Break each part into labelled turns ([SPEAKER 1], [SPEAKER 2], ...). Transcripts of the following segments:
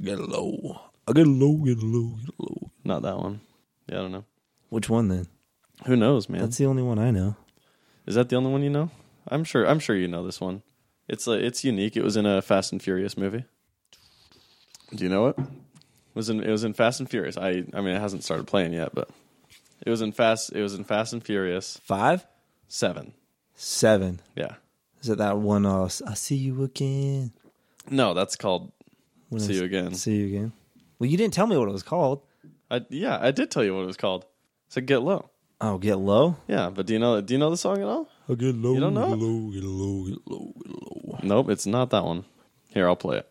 [SPEAKER 1] Get low. I get low, get low, get low.
[SPEAKER 2] Not that one. Yeah, I don't know.
[SPEAKER 1] Which one then?
[SPEAKER 2] Who knows, man?
[SPEAKER 1] That's the only one I know.
[SPEAKER 2] Is that the only one you know? I'm sure. I'm sure you know this one. It's uh, it's unique. It was in a Fast and Furious movie. Do you know it? it was in it was in Fast and Furious. I I mean it hasn't started playing yet, but it was in Fast it was in Fast and Furious
[SPEAKER 1] Five?
[SPEAKER 2] seven.
[SPEAKER 1] Seven.
[SPEAKER 2] Yeah.
[SPEAKER 1] Is it that one? Uh, I see you again.
[SPEAKER 2] No, that's called.
[SPEAKER 1] When
[SPEAKER 2] See
[SPEAKER 1] is-
[SPEAKER 2] you again.
[SPEAKER 1] See you again. Well, you didn't tell me what it was called.
[SPEAKER 2] I yeah I did tell you what it was called. It's a Get Low.
[SPEAKER 1] Oh, get low.
[SPEAKER 2] Yeah, but do you know do you know the song at all?
[SPEAKER 1] I get low.
[SPEAKER 2] You don't know
[SPEAKER 1] Get
[SPEAKER 2] it?
[SPEAKER 1] low. Get low. Get low. Get low.
[SPEAKER 2] Nope, it's not that one. Here, I'll play it.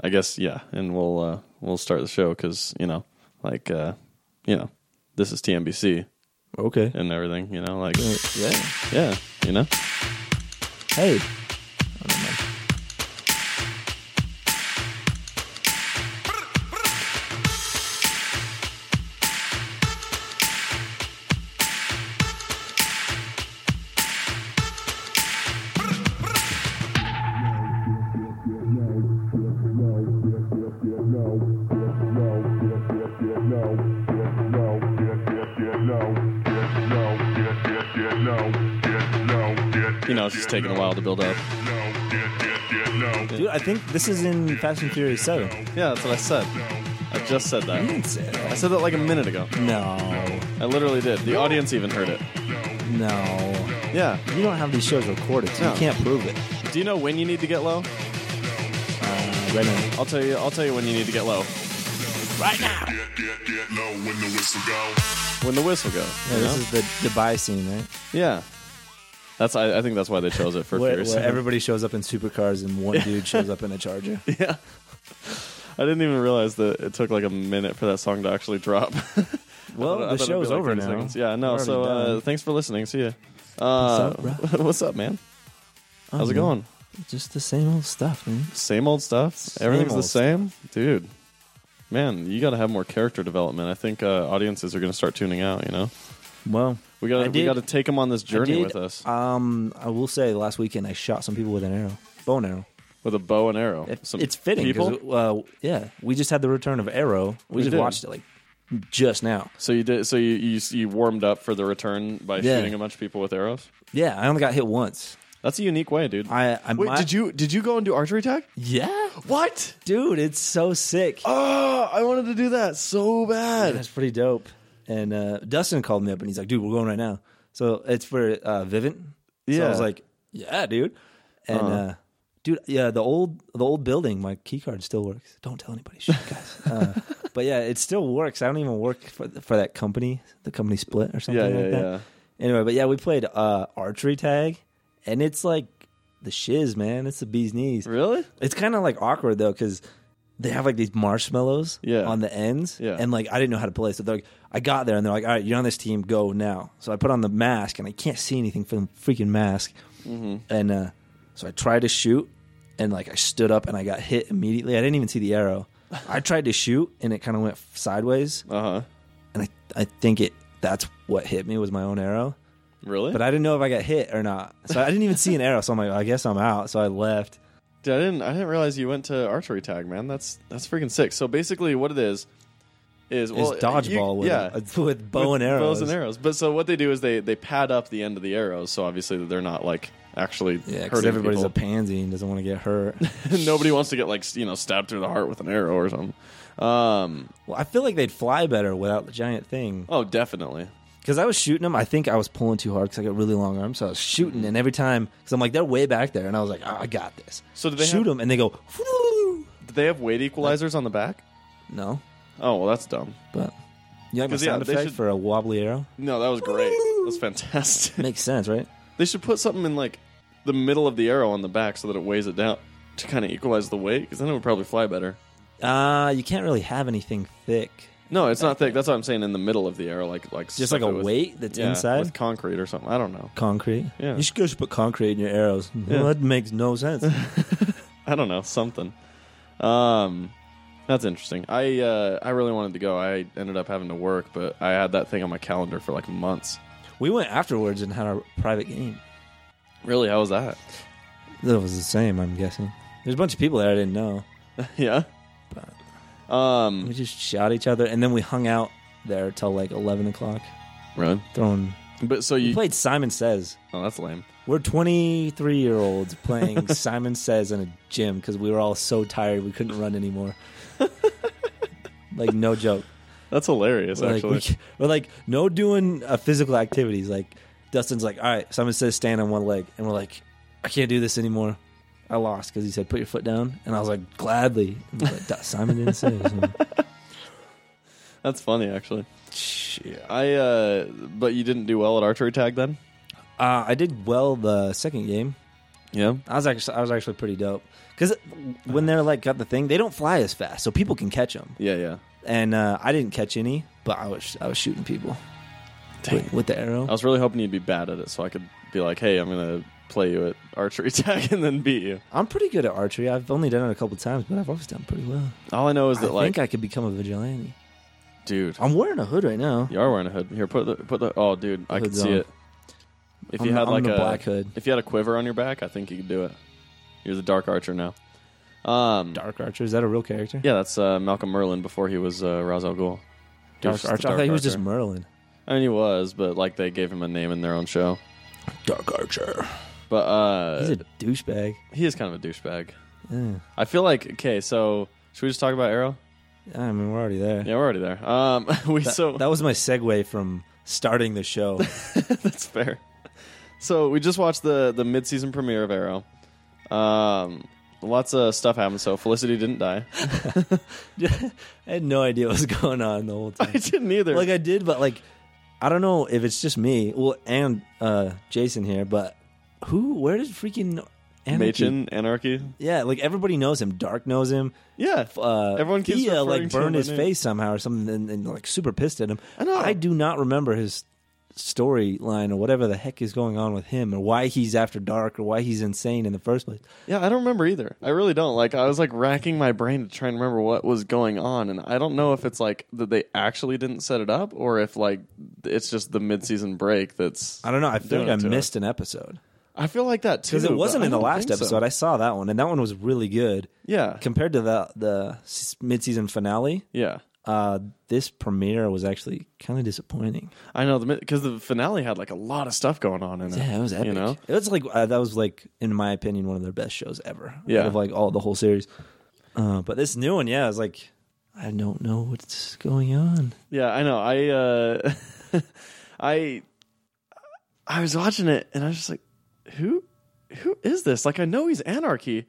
[SPEAKER 2] I guess yeah, and we'll uh, we'll start the show because you know, like uh, you know, this is TMBC
[SPEAKER 1] Okay.
[SPEAKER 2] and everything. You know, like
[SPEAKER 1] Yeah.
[SPEAKER 2] yeah, you know.
[SPEAKER 1] Hey.
[SPEAKER 2] You know, it's just taking a while to build up.
[SPEAKER 1] Dude, I think this is in Fast and Furious 7.
[SPEAKER 2] Yeah, that's what I said. I just said that. I said that like a minute ago.
[SPEAKER 1] No.
[SPEAKER 2] I literally did. The audience even heard it.
[SPEAKER 1] No.
[SPEAKER 2] Yeah.
[SPEAKER 1] You don't have these shows recorded, so
[SPEAKER 2] No.
[SPEAKER 1] you can't prove it.
[SPEAKER 2] Do you know when you need to get low?
[SPEAKER 1] Uh, right now.
[SPEAKER 2] I'll tell you. I'll tell you when you need to get low. When the whistle goes.
[SPEAKER 1] Yeah,
[SPEAKER 2] you
[SPEAKER 1] this
[SPEAKER 2] know?
[SPEAKER 1] is the Dubai scene, right?
[SPEAKER 2] yeah. That's. I, I think that's why they chose it for
[SPEAKER 1] Where,
[SPEAKER 2] Furious.
[SPEAKER 1] where
[SPEAKER 2] Seven.
[SPEAKER 1] everybody shows up in supercars and one dude shows up in a Charger.
[SPEAKER 2] Yeah. I didn't even realize that it took like a minute for that song to actually drop. I thought-
[SPEAKER 1] Well,
[SPEAKER 2] I thought
[SPEAKER 1] the
[SPEAKER 2] it'd be
[SPEAKER 1] show's
[SPEAKER 2] like
[SPEAKER 1] over
[SPEAKER 2] 30
[SPEAKER 1] now.
[SPEAKER 2] seconds. Yeah, no.
[SPEAKER 1] We're
[SPEAKER 2] So
[SPEAKER 1] already
[SPEAKER 2] uh,
[SPEAKER 1] done.
[SPEAKER 2] thanks for listening. See ya. Uh,
[SPEAKER 1] What's
[SPEAKER 2] what's, up, man? How's it going?
[SPEAKER 1] Oh, Just the same old stuff, man.
[SPEAKER 2] Same old stuff. Everything's
[SPEAKER 1] old
[SPEAKER 2] the same, dude. Man, you got to have more character development. I think uh, audiences are going to start tuning out. You know,
[SPEAKER 1] Well,
[SPEAKER 2] we
[SPEAKER 1] I
[SPEAKER 2] got to we
[SPEAKER 1] did-
[SPEAKER 2] got to take them on this
[SPEAKER 1] I
[SPEAKER 2] journey
[SPEAKER 1] did,
[SPEAKER 2] with us
[SPEAKER 1] Um, I will say, last weekend I shot some people with an arrow, bow and arrow.
[SPEAKER 2] with a bow and arrow.
[SPEAKER 1] It,
[SPEAKER 2] Some
[SPEAKER 1] it's fitting
[SPEAKER 2] people.
[SPEAKER 1] 'cause, uh, yeah, we just had the return of Arrow. We,
[SPEAKER 2] We
[SPEAKER 1] just
[SPEAKER 2] did.
[SPEAKER 1] watched it like just now.
[SPEAKER 2] so you did. So you, you you warmed up for the return by
[SPEAKER 1] Yeah.
[SPEAKER 2] shooting a bunch of people with arrows.
[SPEAKER 1] Yeah, I only got hit once.
[SPEAKER 2] That's a unique way, dude.
[SPEAKER 1] I, I
[SPEAKER 2] Wait, did you did you go and do archery tag?
[SPEAKER 1] Yeah,
[SPEAKER 2] What?
[SPEAKER 1] dude, it's so sick.
[SPEAKER 2] Oh, I wanted to do that so bad.
[SPEAKER 1] That's pretty dope. And uh, Dustin called me up and he's like, "Dude, we're going right now." So it's for uh, Vivint. So I
[SPEAKER 2] Yeah. Uh-huh.
[SPEAKER 1] was like, "Yeah, dude." And uh dude, yeah, the old the old building, my key card still works. Don't tell anybody, shit, guys. uh, but yeah, it still works. I don't even work for for that company. The company split or something
[SPEAKER 2] Yeah, yeah,
[SPEAKER 1] like that.
[SPEAKER 2] yeah.
[SPEAKER 1] Anyway, but yeah, we played uh, archery tag, and it's like the shiz, man. It's the bee's knees.
[SPEAKER 2] Really?
[SPEAKER 1] It's kind of like awkward though because they have like these marshmallows
[SPEAKER 2] Yeah.
[SPEAKER 1] on the ends,
[SPEAKER 2] Yeah.
[SPEAKER 1] and like I didn't know how to play, so they're like, I got there, and they're like, all right, you're on this team, go now. So I put on the mask, and I can't see anything from the freaking mask,
[SPEAKER 2] Mm-hmm.
[SPEAKER 1] and uh, so I tried to shoot, and like I stood up and I got hit immediately. I didn't even see the arrow. I tried to shoot, and it kind of went sideways,
[SPEAKER 2] Uh huh.
[SPEAKER 1] and I I think it that's what hit me was my own arrow
[SPEAKER 2] Really?
[SPEAKER 1] but I didn't know if I got hit or not. So I didn't even see an arrow. So I'm like, I guess I'm out. So I left.
[SPEAKER 2] Dude, I didn't I didn't realize you went to archery tag, man. That's that's freaking sick. So basically, what it is is well,
[SPEAKER 1] it's dodgeball
[SPEAKER 2] you-
[SPEAKER 1] with,
[SPEAKER 2] yeah.
[SPEAKER 1] with bow
[SPEAKER 2] with
[SPEAKER 1] and arrows.
[SPEAKER 2] Bows and arrows. But so what they do is they they pad up the end of the arrows, so obviously that they're not like actually
[SPEAKER 1] Yeah, because
[SPEAKER 2] hurting
[SPEAKER 1] everybody's
[SPEAKER 2] people.
[SPEAKER 1] a pansy and doesn't want to get hurt.
[SPEAKER 2] Nobody wants to get like you know stabbed through the heart with an arrow or something. Um,
[SPEAKER 1] well, I feel like they'd fly better without the giant thing.
[SPEAKER 2] oh, definitely.
[SPEAKER 1] Because I was shooting them. I think I was pulling too hard because I got really long arms. So I was shooting, and every time, because I'm like, they're way back there, and I was like, oh, I got this.
[SPEAKER 2] So do they
[SPEAKER 1] shoot
[SPEAKER 2] have-
[SPEAKER 1] them, and they go,
[SPEAKER 2] Do they have weight equalizers on the back?
[SPEAKER 1] no,
[SPEAKER 2] Oh well, that's dumb.
[SPEAKER 1] but you like my
[SPEAKER 2] 'Cause, yeah,
[SPEAKER 1] sound
[SPEAKER 2] they
[SPEAKER 1] effect
[SPEAKER 2] should-
[SPEAKER 1] for a wobbly arrow?
[SPEAKER 2] No, that was great. That's fantastic.
[SPEAKER 1] Makes sense, right?
[SPEAKER 2] They should put something in like the middle of the arrow on the back so that it weighs it down to kind of equalize the weight, because then it would probably fly better.
[SPEAKER 1] Uh, you can't really have anything thick.
[SPEAKER 2] No, it's not thick. That's what I'm saying. In the middle of the arrow, like like
[SPEAKER 1] Just
[SPEAKER 2] stuff
[SPEAKER 1] like a
[SPEAKER 2] it with-
[SPEAKER 1] weight that's
[SPEAKER 2] yeah,
[SPEAKER 1] inside?
[SPEAKER 2] with concrete or something. I don't know.
[SPEAKER 1] concrete.
[SPEAKER 2] Yeah.
[SPEAKER 1] You should go should put concrete in your arrows. Well,
[SPEAKER 2] Yeah.
[SPEAKER 1] that makes no sense.
[SPEAKER 2] I don't know something. Um, that's interesting. I uh, I really wanted to go. I ended up having to work, but I had that thing on my calendar for like months.
[SPEAKER 1] we went afterwards and had our private game.
[SPEAKER 2] Really, how was that?
[SPEAKER 1] That was the same, I'm guessing. There's a bunch of people there I didn't know.
[SPEAKER 2] yeah. Um,
[SPEAKER 1] We just shot each other, and then we hung out there till like eleven o'clock,
[SPEAKER 2] run.
[SPEAKER 1] throwing.
[SPEAKER 2] But so
[SPEAKER 1] We
[SPEAKER 2] you.
[SPEAKER 1] played Simon Says.
[SPEAKER 2] Oh, that's lame.
[SPEAKER 1] We're twenty-three year olds playing Simon Says in a gym because we were all so tired we couldn't run anymore. like no joke.
[SPEAKER 2] That's hilarious.
[SPEAKER 1] We're like,
[SPEAKER 2] actually,
[SPEAKER 1] we, c- we're like no doing uh, physical activities. Like Dustin's like, all right, Simon Says stand on one leg, and we're like, I can't do this anymore. I lost because he said put your foot down, and I was like, gladly. And he's like, "Duh, Simon didn't say. it." So-
[SPEAKER 2] that's funny. Actually,
[SPEAKER 1] Shit.
[SPEAKER 2] I. uh But you didn't do well at archery tag then.
[SPEAKER 1] Uh, I did well the second game.
[SPEAKER 2] Yeah.
[SPEAKER 1] I was actually I was actually pretty dope because when they're like got the thing, they don't fly as fast, so people can catch them.
[SPEAKER 2] Yeah. Yeah.
[SPEAKER 1] And uh, I didn't catch any, but I was I was shooting people with, with the arrow.
[SPEAKER 2] I was really hoping you'd be bad at it, so I could be like, "Hey, I'm gonna play you at archery tag and then beat you."
[SPEAKER 1] I'm pretty good at archery. I've only done it a couple times, but I've always done pretty well.
[SPEAKER 2] All I know is that,
[SPEAKER 1] I
[SPEAKER 2] like,
[SPEAKER 1] think I could become a vigilante.
[SPEAKER 2] dude,
[SPEAKER 1] I'm wearing a hood right now.
[SPEAKER 2] you are wearing a hood. Here, put the put the. Oh, dude, I can
[SPEAKER 1] Hood's
[SPEAKER 2] see
[SPEAKER 1] on.
[SPEAKER 2] it. If
[SPEAKER 1] I'm
[SPEAKER 2] you
[SPEAKER 1] the-
[SPEAKER 2] had
[SPEAKER 1] I'm
[SPEAKER 2] like
[SPEAKER 1] the
[SPEAKER 2] a
[SPEAKER 1] black hood,
[SPEAKER 2] if you had a quiver on your back, I think you could do it. You're the dark archer now. Um,
[SPEAKER 1] Dark Archer is that a real character?
[SPEAKER 2] Yeah, that's uh, Malcolm Merlin before he was uh, Ra's al Ghul. He
[SPEAKER 1] Dark
[SPEAKER 2] was just the
[SPEAKER 1] Archer. I
[SPEAKER 2] Dark
[SPEAKER 1] thought he was just
[SPEAKER 2] Archer.
[SPEAKER 1] Merlin.
[SPEAKER 2] I mean, he was, but like they gave him a name in their own show.
[SPEAKER 1] Dark Archer.
[SPEAKER 2] But uh,
[SPEAKER 1] He's a douchebag.
[SPEAKER 2] he is kind of a douchebag.
[SPEAKER 1] Yeah.
[SPEAKER 2] I feel like okay, so should we just talk about Arrow?
[SPEAKER 1] I mean, we're already there.
[SPEAKER 2] Yeah, we're already there. Um, we
[SPEAKER 1] That,
[SPEAKER 2] so
[SPEAKER 1] that was my segue from starting the show.
[SPEAKER 2] that's fair. So we just watched the the mid season premiere of Arrow. Um, lots of stuff happened. So Felicity didn't die.
[SPEAKER 1] I had no idea what was going on the whole
[SPEAKER 2] I
[SPEAKER 1] time.
[SPEAKER 2] didn't either.
[SPEAKER 1] like I did, but like I don't know if it's just me. Well, and uh, Jason here, but who? Where did freaking Anarchy?
[SPEAKER 2] Machin Anarchy.
[SPEAKER 1] Yeah, like everybody knows him. Dark knows him.
[SPEAKER 2] Yeah,
[SPEAKER 1] Uh,
[SPEAKER 2] Everyone keeps
[SPEAKER 1] Thea,
[SPEAKER 2] referring
[SPEAKER 1] like
[SPEAKER 2] to him
[SPEAKER 1] burned
[SPEAKER 2] by
[SPEAKER 1] his
[SPEAKER 2] name.
[SPEAKER 1] face somehow or something, and, and like super pissed at him.
[SPEAKER 2] I know.
[SPEAKER 1] I do not remember his storyline or whatever the heck is going on with him or why he's after dark or why he's insane in the first place.
[SPEAKER 2] Yeah, I don't remember either. I really don't. Like, I was like racking my brain to try and remember what was going on, and I don't know if it's like that they actually didn't set it up, or if like it's just the mid-season break that's.
[SPEAKER 1] I don't know. I feel
[SPEAKER 2] Doing
[SPEAKER 1] like
[SPEAKER 2] it
[SPEAKER 1] I
[SPEAKER 2] to
[SPEAKER 1] missed an episode
[SPEAKER 2] I feel like that too
[SPEAKER 1] because it
[SPEAKER 2] but
[SPEAKER 1] wasn't
[SPEAKER 2] I
[SPEAKER 1] in the
[SPEAKER 2] don't
[SPEAKER 1] last
[SPEAKER 2] think so.
[SPEAKER 1] episode. I saw that one, and that one was really good.
[SPEAKER 2] Yeah,
[SPEAKER 1] compared to the the s- mid-season finale,
[SPEAKER 2] yeah.
[SPEAKER 1] uh, this premiere was actually kind of disappointing.
[SPEAKER 2] I know the because the finale had like a lot of stuff going on in it.
[SPEAKER 1] Yeah, it was epic.
[SPEAKER 2] You know,
[SPEAKER 1] It was like uh, that was like, in my opinion, one of their best shows ever. out
[SPEAKER 2] Yeah.
[SPEAKER 1] of like all the whole series. Uh, but this new one, yeah, I was like, I don't know what's going on.
[SPEAKER 2] Yeah, I know. I uh I I was watching it and I was just like, who who is this? Like I know he's anarchy.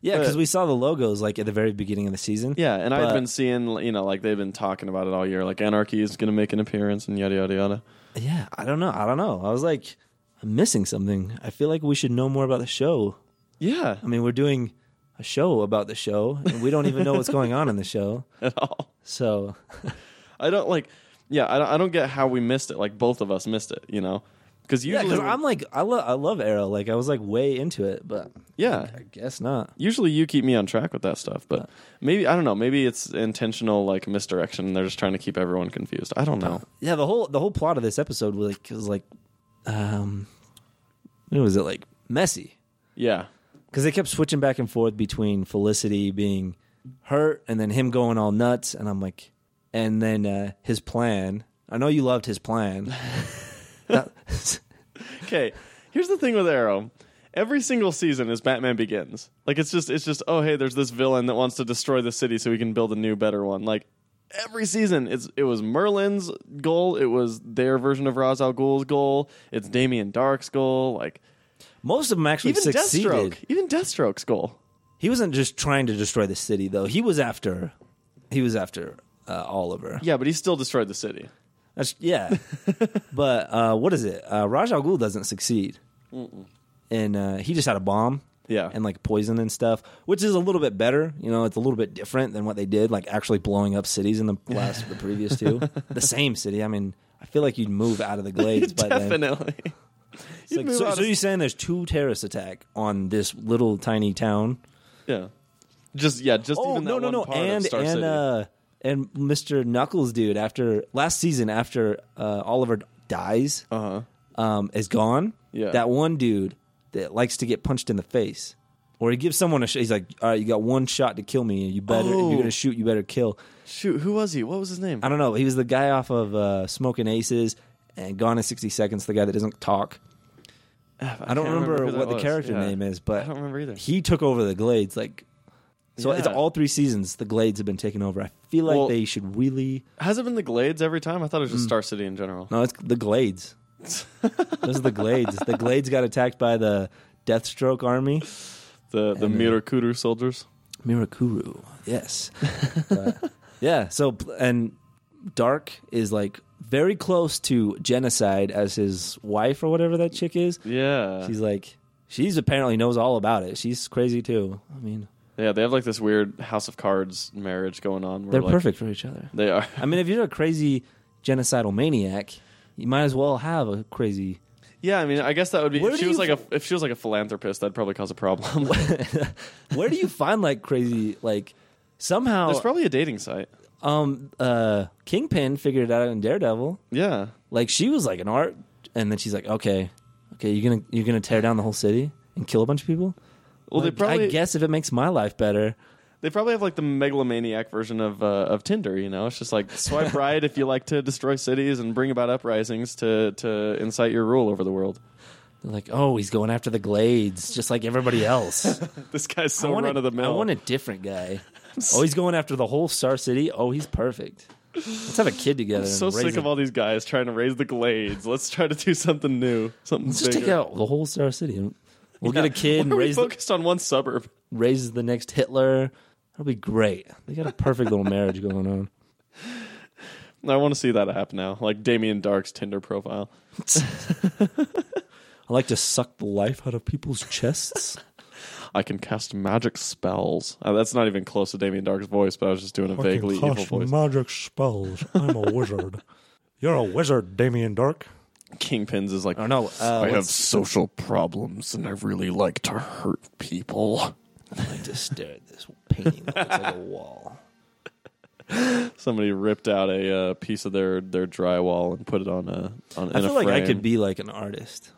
[SPEAKER 1] Yeah, because
[SPEAKER 2] But-
[SPEAKER 1] we saw the logos like at the very beginning of the season.
[SPEAKER 2] Yeah, and I've
[SPEAKER 1] But-
[SPEAKER 2] been seeing you know, like they've been talking about it all year, like anarchy is gonna make an appearance and yada yada yada.
[SPEAKER 1] yeah. I don't know. I don't know. I was like, I'm missing something. I feel like we should know more about the show.
[SPEAKER 2] Yeah.
[SPEAKER 1] I mean, we're doing a show about the show, and we don't even know what's going on in the show.
[SPEAKER 2] At all.
[SPEAKER 1] So
[SPEAKER 2] I don't like yeah, I don't I don't get how we missed it. Like both of us missed it, you know? Because
[SPEAKER 1] Yeah,
[SPEAKER 2] usually
[SPEAKER 1] because I'm like I love I love Arrow. Like I was like way into it, but
[SPEAKER 2] yeah.
[SPEAKER 1] I guess not.
[SPEAKER 2] Usually you keep me on track with that stuff, but maybe I don't know. Maybe it's intentional, like misdirection. and They're just trying to keep everyone confused. I don't know.
[SPEAKER 1] Yeah, the whole the whole plot of this episode was like was like, um, what was it like messy?
[SPEAKER 2] Yeah,
[SPEAKER 1] Because they kept switching back and forth between Felicity being hurt and then him going all nuts, and I'm like, and then uh, his plan. I know you loved his plan. That-
[SPEAKER 2] Okay, here's the thing with Arrow. Every single season is Batman Begins. Like it's just it's just oh hey, there's this villain that wants to destroy the city so we can build a new better one. Like every season it's it was Merlin's goal, it was their version of Ra's al Ghul's goal, it's Damien Dark's goal, like
[SPEAKER 1] most of them actually
[SPEAKER 2] even
[SPEAKER 1] succeeded.
[SPEAKER 2] Deathstroke, even Deathstroke's goal.
[SPEAKER 1] He wasn't just trying to destroy the city though. He was after, he was after uh, Oliver.
[SPEAKER 2] Yeah, but he still destroyed the city.
[SPEAKER 1] That's yeah. but uh, what is it? Uh, Raj Al Ghul doesn't succeed, and uh, he just had a bomb.
[SPEAKER 2] Yeah.
[SPEAKER 1] and like poison and stuff, which is a little bit better. You know, it's a little bit different than what they did, like actually blowing up cities in the last, the previous two, the same city. I mean, I feel like you'd move out of the glades by then.
[SPEAKER 2] Definitely.
[SPEAKER 1] It's like, so, so you're saying there's two terrorist attack on this little tiny town?
[SPEAKER 2] yeah. Just yeah, just
[SPEAKER 1] Oh
[SPEAKER 2] even that
[SPEAKER 1] no no
[SPEAKER 2] one
[SPEAKER 1] no!
[SPEAKER 2] part
[SPEAKER 1] And
[SPEAKER 2] of Star
[SPEAKER 1] and
[SPEAKER 2] City.
[SPEAKER 1] uh and Mr. Knuckles dude after last season after uh, Oliver dies.
[SPEAKER 2] uh-huh.
[SPEAKER 1] um, is gone.
[SPEAKER 2] Yeah.
[SPEAKER 1] That one dude that likes to get punched in the face. Or he gives someone a shot. He's like, all right, you got one shot to kill me. You better, if
[SPEAKER 2] Oh.
[SPEAKER 1] you're going to shoot, you better kill.
[SPEAKER 2] Shoot, who was he? What was his name?
[SPEAKER 1] I don't know. He was the guy off of uh, Smoking Aces and Gone in 60 Seconds, the guy that doesn't talk. I, don't
[SPEAKER 2] can't
[SPEAKER 1] remember,
[SPEAKER 2] who that
[SPEAKER 1] what the
[SPEAKER 2] was.
[SPEAKER 1] character
[SPEAKER 2] Yeah.
[SPEAKER 1] name is, but
[SPEAKER 2] I don't remember either.
[SPEAKER 1] he took over the Glades. Like, so it's
[SPEAKER 2] Yeah.
[SPEAKER 1] all three seasons. The Glades have been taken over. I feel like
[SPEAKER 2] Well-
[SPEAKER 1] they should really.
[SPEAKER 2] Has it been the Glades every time? I thought it was just Star City in general.
[SPEAKER 1] Mm. No, it's the Glades. Those are the Glades. The Glades got attacked by the Deathstroke army.
[SPEAKER 2] The the
[SPEAKER 1] And, uh,
[SPEAKER 2] Mirakudu soldiers.
[SPEAKER 1] Mirakuru. Yes. But, yeah. So and Dark is like very close to genocide as his wife or whatever that chick is.
[SPEAKER 2] Yeah,
[SPEAKER 1] She's like she's apparently knows all about it. She's crazy too. I mean,
[SPEAKER 2] yeah. They have like this weird House of Cards marriage going on. Where,
[SPEAKER 1] they're
[SPEAKER 2] like,
[SPEAKER 1] perfect for each other.
[SPEAKER 2] They are.
[SPEAKER 1] I mean, if you're a crazy genocidal maniac, you might as well have a crazy.
[SPEAKER 2] Yeah, I mean, I guess that would be.
[SPEAKER 1] Where
[SPEAKER 2] If
[SPEAKER 1] do
[SPEAKER 2] she was
[SPEAKER 1] you
[SPEAKER 2] like a if she was like a philanthropist, that'd probably cause a problem.
[SPEAKER 1] Where do you find like crazy like somehow
[SPEAKER 2] There's probably a dating site.
[SPEAKER 1] um uh Kingpin figured it out in Daredevil.
[SPEAKER 2] Yeah,
[SPEAKER 1] like she was like an art and then she's like okay okay you're gonna you're gonna tear down the whole city and kill a bunch of people
[SPEAKER 2] Well, they
[SPEAKER 1] Like,
[SPEAKER 2] probably-
[SPEAKER 1] i guess if it makes my life better
[SPEAKER 2] they probably have like the megalomaniac version of uh, of Tinder. You know, it's just like swipe right if you like to destroy cities and bring about uprisings to to incite your rule over the world.
[SPEAKER 1] they're like oh he's going after the glades just like everybody else
[SPEAKER 2] This guy's
[SPEAKER 1] I
[SPEAKER 2] so
[SPEAKER 1] want a-
[SPEAKER 2] run of the
[SPEAKER 1] i
[SPEAKER 2] mill.
[SPEAKER 1] want a different guy oh he's going after the whole star city oh he's perfect let's have a kid together and
[SPEAKER 2] so
[SPEAKER 1] raise
[SPEAKER 2] sick
[SPEAKER 1] a-
[SPEAKER 2] of all these guys trying to raise the glades. Let's try to do something new, something
[SPEAKER 1] just
[SPEAKER 2] bigger.
[SPEAKER 1] take out the whole star city and we'll get a kid and
[SPEAKER 2] Why are we
[SPEAKER 1] raise the,
[SPEAKER 2] focused on one suburb?
[SPEAKER 1] raise the next hitler that'll be great they got a perfect little marriage going on
[SPEAKER 2] I want to see that happen now, like Damien Dark's Tinder profile.
[SPEAKER 1] i like to suck the life out of people's chests
[SPEAKER 2] I can cast magic spells. Uh, that's not even close to Damien Dark's voice, but I was just doing a vaguely evil
[SPEAKER 3] cast
[SPEAKER 2] voice.
[SPEAKER 3] magic spells. I'm a wizard. You're a wizard, Damien Dark.
[SPEAKER 2] Kingpins is like,
[SPEAKER 1] or no uh,
[SPEAKER 4] I have
[SPEAKER 1] what's-
[SPEAKER 4] social problems and I really like to hurt people.
[SPEAKER 1] like to stare at this painting that looks like a wall.
[SPEAKER 2] somebody ripped out a uh, piece of their, their drywall and put it on a on.
[SPEAKER 1] I
[SPEAKER 2] in
[SPEAKER 1] feel
[SPEAKER 2] a
[SPEAKER 1] like I
[SPEAKER 2] frame.
[SPEAKER 1] could be like an artist.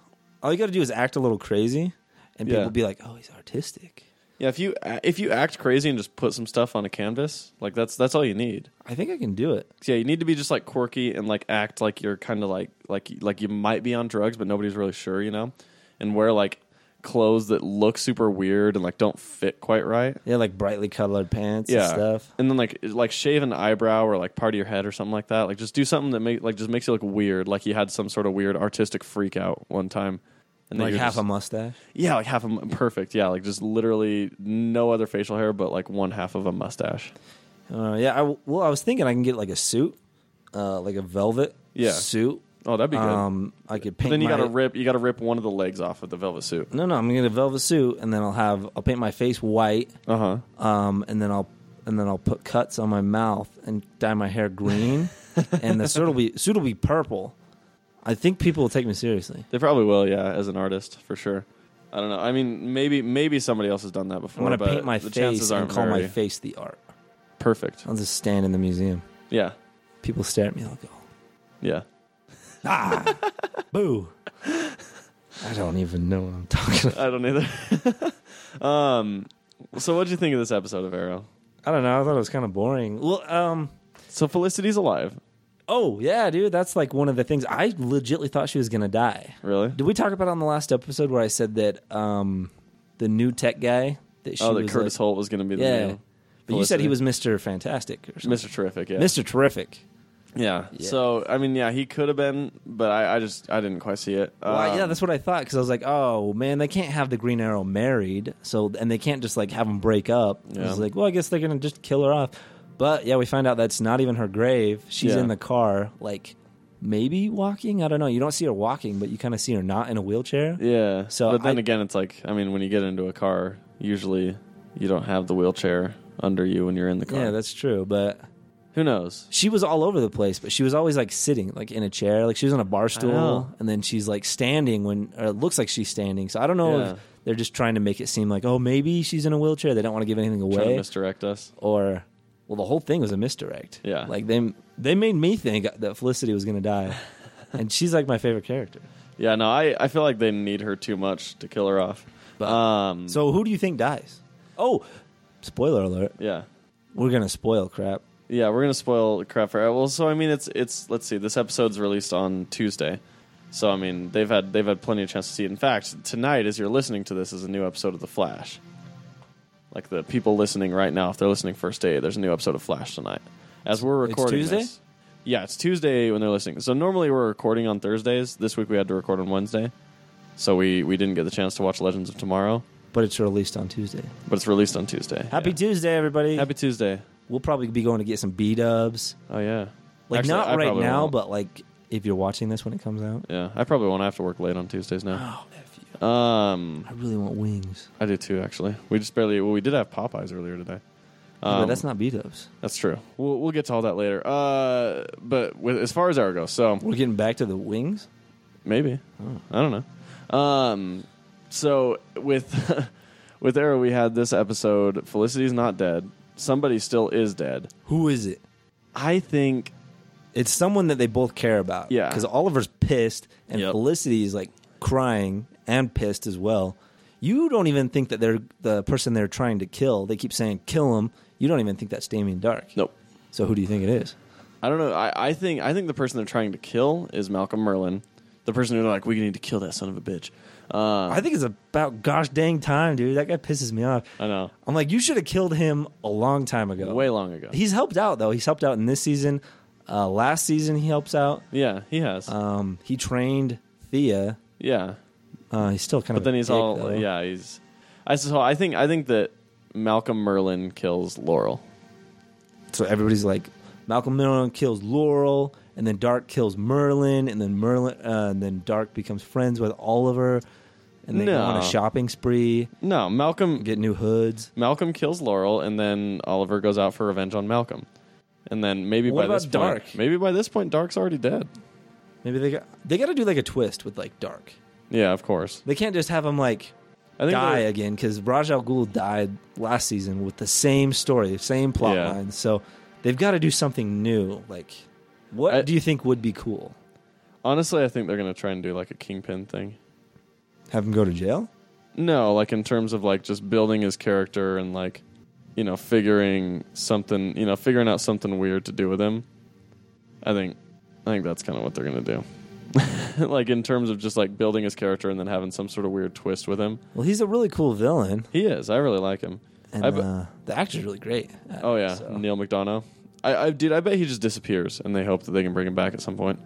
[SPEAKER 1] All you got to do is act a little crazy, and
[SPEAKER 2] Yeah.
[SPEAKER 1] people be like, "Oh, he's artistic."
[SPEAKER 2] Yeah, if you if you act crazy and just put some stuff on a canvas, like that's that's all you need.
[SPEAKER 1] I think I can do it.
[SPEAKER 2] 'Cause, yeah, you need to be just like quirky and like act like you're kind of like like like you might be on drugs, but nobody's really sure, you know. And wear like clothes that look super weird and like don't fit quite right.
[SPEAKER 1] Yeah, like brightly colored pants and
[SPEAKER 2] yeah,
[SPEAKER 1] stuff.
[SPEAKER 2] and then like like shave an eyebrow or like part of your head or something like that. Like just do something that make like just makes you look weird. Like you had some sort of weird artistic freak out one time. And
[SPEAKER 1] like
[SPEAKER 2] you're
[SPEAKER 1] half
[SPEAKER 2] just-
[SPEAKER 1] a mustache.
[SPEAKER 2] yeah, like half a mu- perfect. Yeah, like just literally no other facial hair, but like one half of a mustache.
[SPEAKER 1] Uh, yeah. I, well, I was thinking I can get like a suit, uh, like a velvet
[SPEAKER 2] Yeah.
[SPEAKER 1] suit.
[SPEAKER 2] Oh, that'd be good.
[SPEAKER 1] Um, I could paint.
[SPEAKER 2] then you
[SPEAKER 1] my-
[SPEAKER 2] gotta rip you gotta rip one of the legs off of the velvet suit.
[SPEAKER 1] No, no, I'm gonna get a velvet suit, and then I'll have I'll paint my face white,
[SPEAKER 2] Uh huh.
[SPEAKER 1] um, and then I'll and then I'll put cuts on my mouth and dye my hair green, and the suit will be suit will be purple. I think people will take me seriously.
[SPEAKER 2] They probably will, yeah, as an artist for sure. I don't know. I mean, maybe maybe somebody else has done that
[SPEAKER 1] I'm
[SPEAKER 2] before.
[SPEAKER 1] gonna
[SPEAKER 2] but
[SPEAKER 1] paint my
[SPEAKER 2] the
[SPEAKER 1] face
[SPEAKER 2] chances
[SPEAKER 1] and
[SPEAKER 2] aren't
[SPEAKER 1] call
[SPEAKER 2] very
[SPEAKER 1] my face the art.
[SPEAKER 2] perfect.
[SPEAKER 1] I'll just stand in the museum.
[SPEAKER 2] Yeah,
[SPEAKER 1] People stare at me like, oh,
[SPEAKER 2] yeah.
[SPEAKER 1] Ah, boo. I don't even know what I'm talking about.
[SPEAKER 2] I don't either. um, so what did you think of this episode of Arrow?
[SPEAKER 1] I don't know. I thought it was kind of boring. Well, um,
[SPEAKER 2] So Felicity's alive,
[SPEAKER 1] oh yeah, dude, that's like one of the things I legitly thought she was gonna die.
[SPEAKER 2] really?
[SPEAKER 1] Did we talk about it on the last episode where I said that um, the new tech guy that she
[SPEAKER 2] oh, that
[SPEAKER 1] was
[SPEAKER 2] Curtis
[SPEAKER 1] like-
[SPEAKER 2] Holt was going to be the
[SPEAKER 1] Yeah.
[SPEAKER 2] new
[SPEAKER 1] But you said
[SPEAKER 2] Felicity.
[SPEAKER 1] he was Mr. Fantastic or something.
[SPEAKER 2] Mr. Terrific. Yeah.
[SPEAKER 1] Mr. Terrific.
[SPEAKER 2] Yeah.
[SPEAKER 1] Yeah.
[SPEAKER 2] So I mean, yeah, he could have been, but I, I just I didn't quite see it.
[SPEAKER 1] Well, I- yeah,
[SPEAKER 2] Um,
[SPEAKER 1] that's what I thought because I was like, oh man, they can't have the Green Arrow married, so and they can't just like have them break up. I
[SPEAKER 2] Yeah.
[SPEAKER 1] was like, well, I guess they're gonna just kill her off. But yeah, we find out that's not even her grave. She's
[SPEAKER 2] Yeah.
[SPEAKER 1] in the car, like maybe walking. I don't know. You don't see her walking, but you kind of see her not in a wheelchair.
[SPEAKER 2] yeah.
[SPEAKER 1] So
[SPEAKER 2] but then
[SPEAKER 1] I-
[SPEAKER 2] again, it's like I mean, when you get into a car, usually you don't have the wheelchair under you when you're in the car.
[SPEAKER 1] yeah that's true. But
[SPEAKER 2] who knows.
[SPEAKER 1] she was all over the place, but she was always like sitting, like in a chair, like she was on a bar stool,
[SPEAKER 2] know.
[SPEAKER 1] and then she's like standing when, or it looks like she's standing. So I don't know
[SPEAKER 2] Yeah.
[SPEAKER 1] if they're just trying to make it seem like, oh, maybe she's in a wheelchair. They don't want to give anything
[SPEAKER 2] Trying to
[SPEAKER 1] away,
[SPEAKER 2] misdirect us.
[SPEAKER 1] or well, the whole thing was a misdirect.
[SPEAKER 2] Yeah.
[SPEAKER 1] like they they made me think that Felicity was gonna die, and she's like my favorite character.
[SPEAKER 2] Yeah, no, I, I feel like they need her too much to kill her off.
[SPEAKER 1] But
[SPEAKER 2] Um,
[SPEAKER 1] so who do you think dies? Oh, spoiler alert.
[SPEAKER 2] yeah.
[SPEAKER 1] We're gonna spoil crap.
[SPEAKER 2] Yeah, we're gonna spoil crap for well. So I mean, it's it's let's see. This episode's released on Tuesday, so I mean they've had they've had plenty of chance to see it. In fact, tonight as you're listening to this is a new episode of The Flash. Like the people listening right now, if they're listening first day, there's a new episode of Flash tonight. As we're
[SPEAKER 1] It's
[SPEAKER 2] recording
[SPEAKER 1] Tuesday?
[SPEAKER 2] this- yeah, it's Tuesday when they're listening. So normally we're recording on Thursdays. This week we had to record on Wednesday, so we we didn't get the chance to watch Legends of Tomorrow,
[SPEAKER 1] But it's released on Tuesday.
[SPEAKER 2] but it's released on Tuesday.
[SPEAKER 1] Happy
[SPEAKER 2] yeah.
[SPEAKER 1] Tuesday, everybody.
[SPEAKER 2] Happy Tuesday.
[SPEAKER 1] We'll probably be going to get some B dubs.
[SPEAKER 2] Oh yeah,
[SPEAKER 1] Like
[SPEAKER 2] Actually,
[SPEAKER 1] not
[SPEAKER 2] I
[SPEAKER 1] right
[SPEAKER 2] probably
[SPEAKER 1] now,
[SPEAKER 2] won't.
[SPEAKER 1] but like if you're watching this when it comes out.
[SPEAKER 2] Yeah, I probably won't have to work late on Tuesdays now.
[SPEAKER 1] Oh, F you.
[SPEAKER 2] Um,
[SPEAKER 1] I really want wings.
[SPEAKER 2] I do too. Actually, we just barely. Well, we did have Popeyes earlier today.
[SPEAKER 1] but
[SPEAKER 2] Um,
[SPEAKER 1] that's not B dubs.
[SPEAKER 2] That's true. We'll we'll get to all that later. Uh, but with, as far as our goes, so
[SPEAKER 1] We're getting back to the wings.
[SPEAKER 2] maybe
[SPEAKER 1] Oh.
[SPEAKER 2] I don't know. Um, so with with Arrow, we had this episode. Felicity's not dead. Somebody still is dead.
[SPEAKER 1] Who is it?
[SPEAKER 2] I think.
[SPEAKER 1] It's someone that they both care about.
[SPEAKER 2] Yeah.
[SPEAKER 1] Because Oliver's pissed and
[SPEAKER 2] Yep.
[SPEAKER 1] Felicity is like crying and pissed as well. You don't even think that they're the person they're trying to kill. They keep saying kill him. You don't even think that's Damien Dark.
[SPEAKER 2] Nope.
[SPEAKER 1] So who do you think it is?
[SPEAKER 2] I don't know. I, I think I think the person they're trying to kill is Malcolm Merlin, the person who they're like, we need to kill that son of a bitch. Uh,
[SPEAKER 1] I think it's about gosh dang time, dude. That guy pisses me off.
[SPEAKER 2] I know.
[SPEAKER 1] I'm like, you should have killed him a long time ago.
[SPEAKER 2] Way long ago.
[SPEAKER 1] He's helped out though. He's helped out in this season. Uh, last season he helps out.
[SPEAKER 2] Yeah, he has.
[SPEAKER 1] Um, he trained Thea.
[SPEAKER 2] yeah,
[SPEAKER 1] Uh, he's still kind of.
[SPEAKER 2] but then
[SPEAKER 1] a
[SPEAKER 2] he's
[SPEAKER 1] dick,
[SPEAKER 2] all
[SPEAKER 1] though.
[SPEAKER 2] yeah. He's I so I think I think that Malcolm Merlin kills Laurel.
[SPEAKER 1] So everybody's like, Malcolm Merlin kills Laurel, and then Dark kills Merlin, and then Merlin, uh, and then Dark becomes friends with Oliver, and they go on
[SPEAKER 2] No.
[SPEAKER 1] a shopping spree,
[SPEAKER 2] No, Malcolm
[SPEAKER 1] get new hoods.
[SPEAKER 2] Malcolm kills Laurel, and then Oliver goes out for revenge on Malcolm. And then maybe
[SPEAKER 1] What
[SPEAKER 2] by this
[SPEAKER 1] about
[SPEAKER 2] point,
[SPEAKER 1] Dark?
[SPEAKER 2] maybe by this point, Dark's already dead.
[SPEAKER 1] Maybe they got they got to do like a twist with like Dark.
[SPEAKER 2] Yeah, of course.
[SPEAKER 1] They can't just have him like
[SPEAKER 2] I think
[SPEAKER 1] die
[SPEAKER 2] they're-
[SPEAKER 1] again because Raj Al Ghul died last season with the same story, same plot
[SPEAKER 2] Yeah.
[SPEAKER 1] line. So they've got to do something new. Like, what
[SPEAKER 2] I-
[SPEAKER 1] do you think would be cool?
[SPEAKER 2] honestly, I think they're gonna try and do like a kingpin thing.
[SPEAKER 1] Have him go to jail?
[SPEAKER 2] No, like in terms of like just building his character and like you know figuring something, you know figuring out something weird to do with him. I think I think that's kind of what they're gonna do. like in terms of just like building his character and then having some sort of weird twist with him.
[SPEAKER 1] Well, he's a really cool villain,
[SPEAKER 2] He is. I really like him.
[SPEAKER 1] and
[SPEAKER 2] I be-
[SPEAKER 1] uh, the actor's really great. at
[SPEAKER 2] oh
[SPEAKER 1] it,
[SPEAKER 2] yeah,
[SPEAKER 1] so.
[SPEAKER 2] Neil McDonough. I, I dude, I bet he just disappears and they hope that they can bring him back at some point.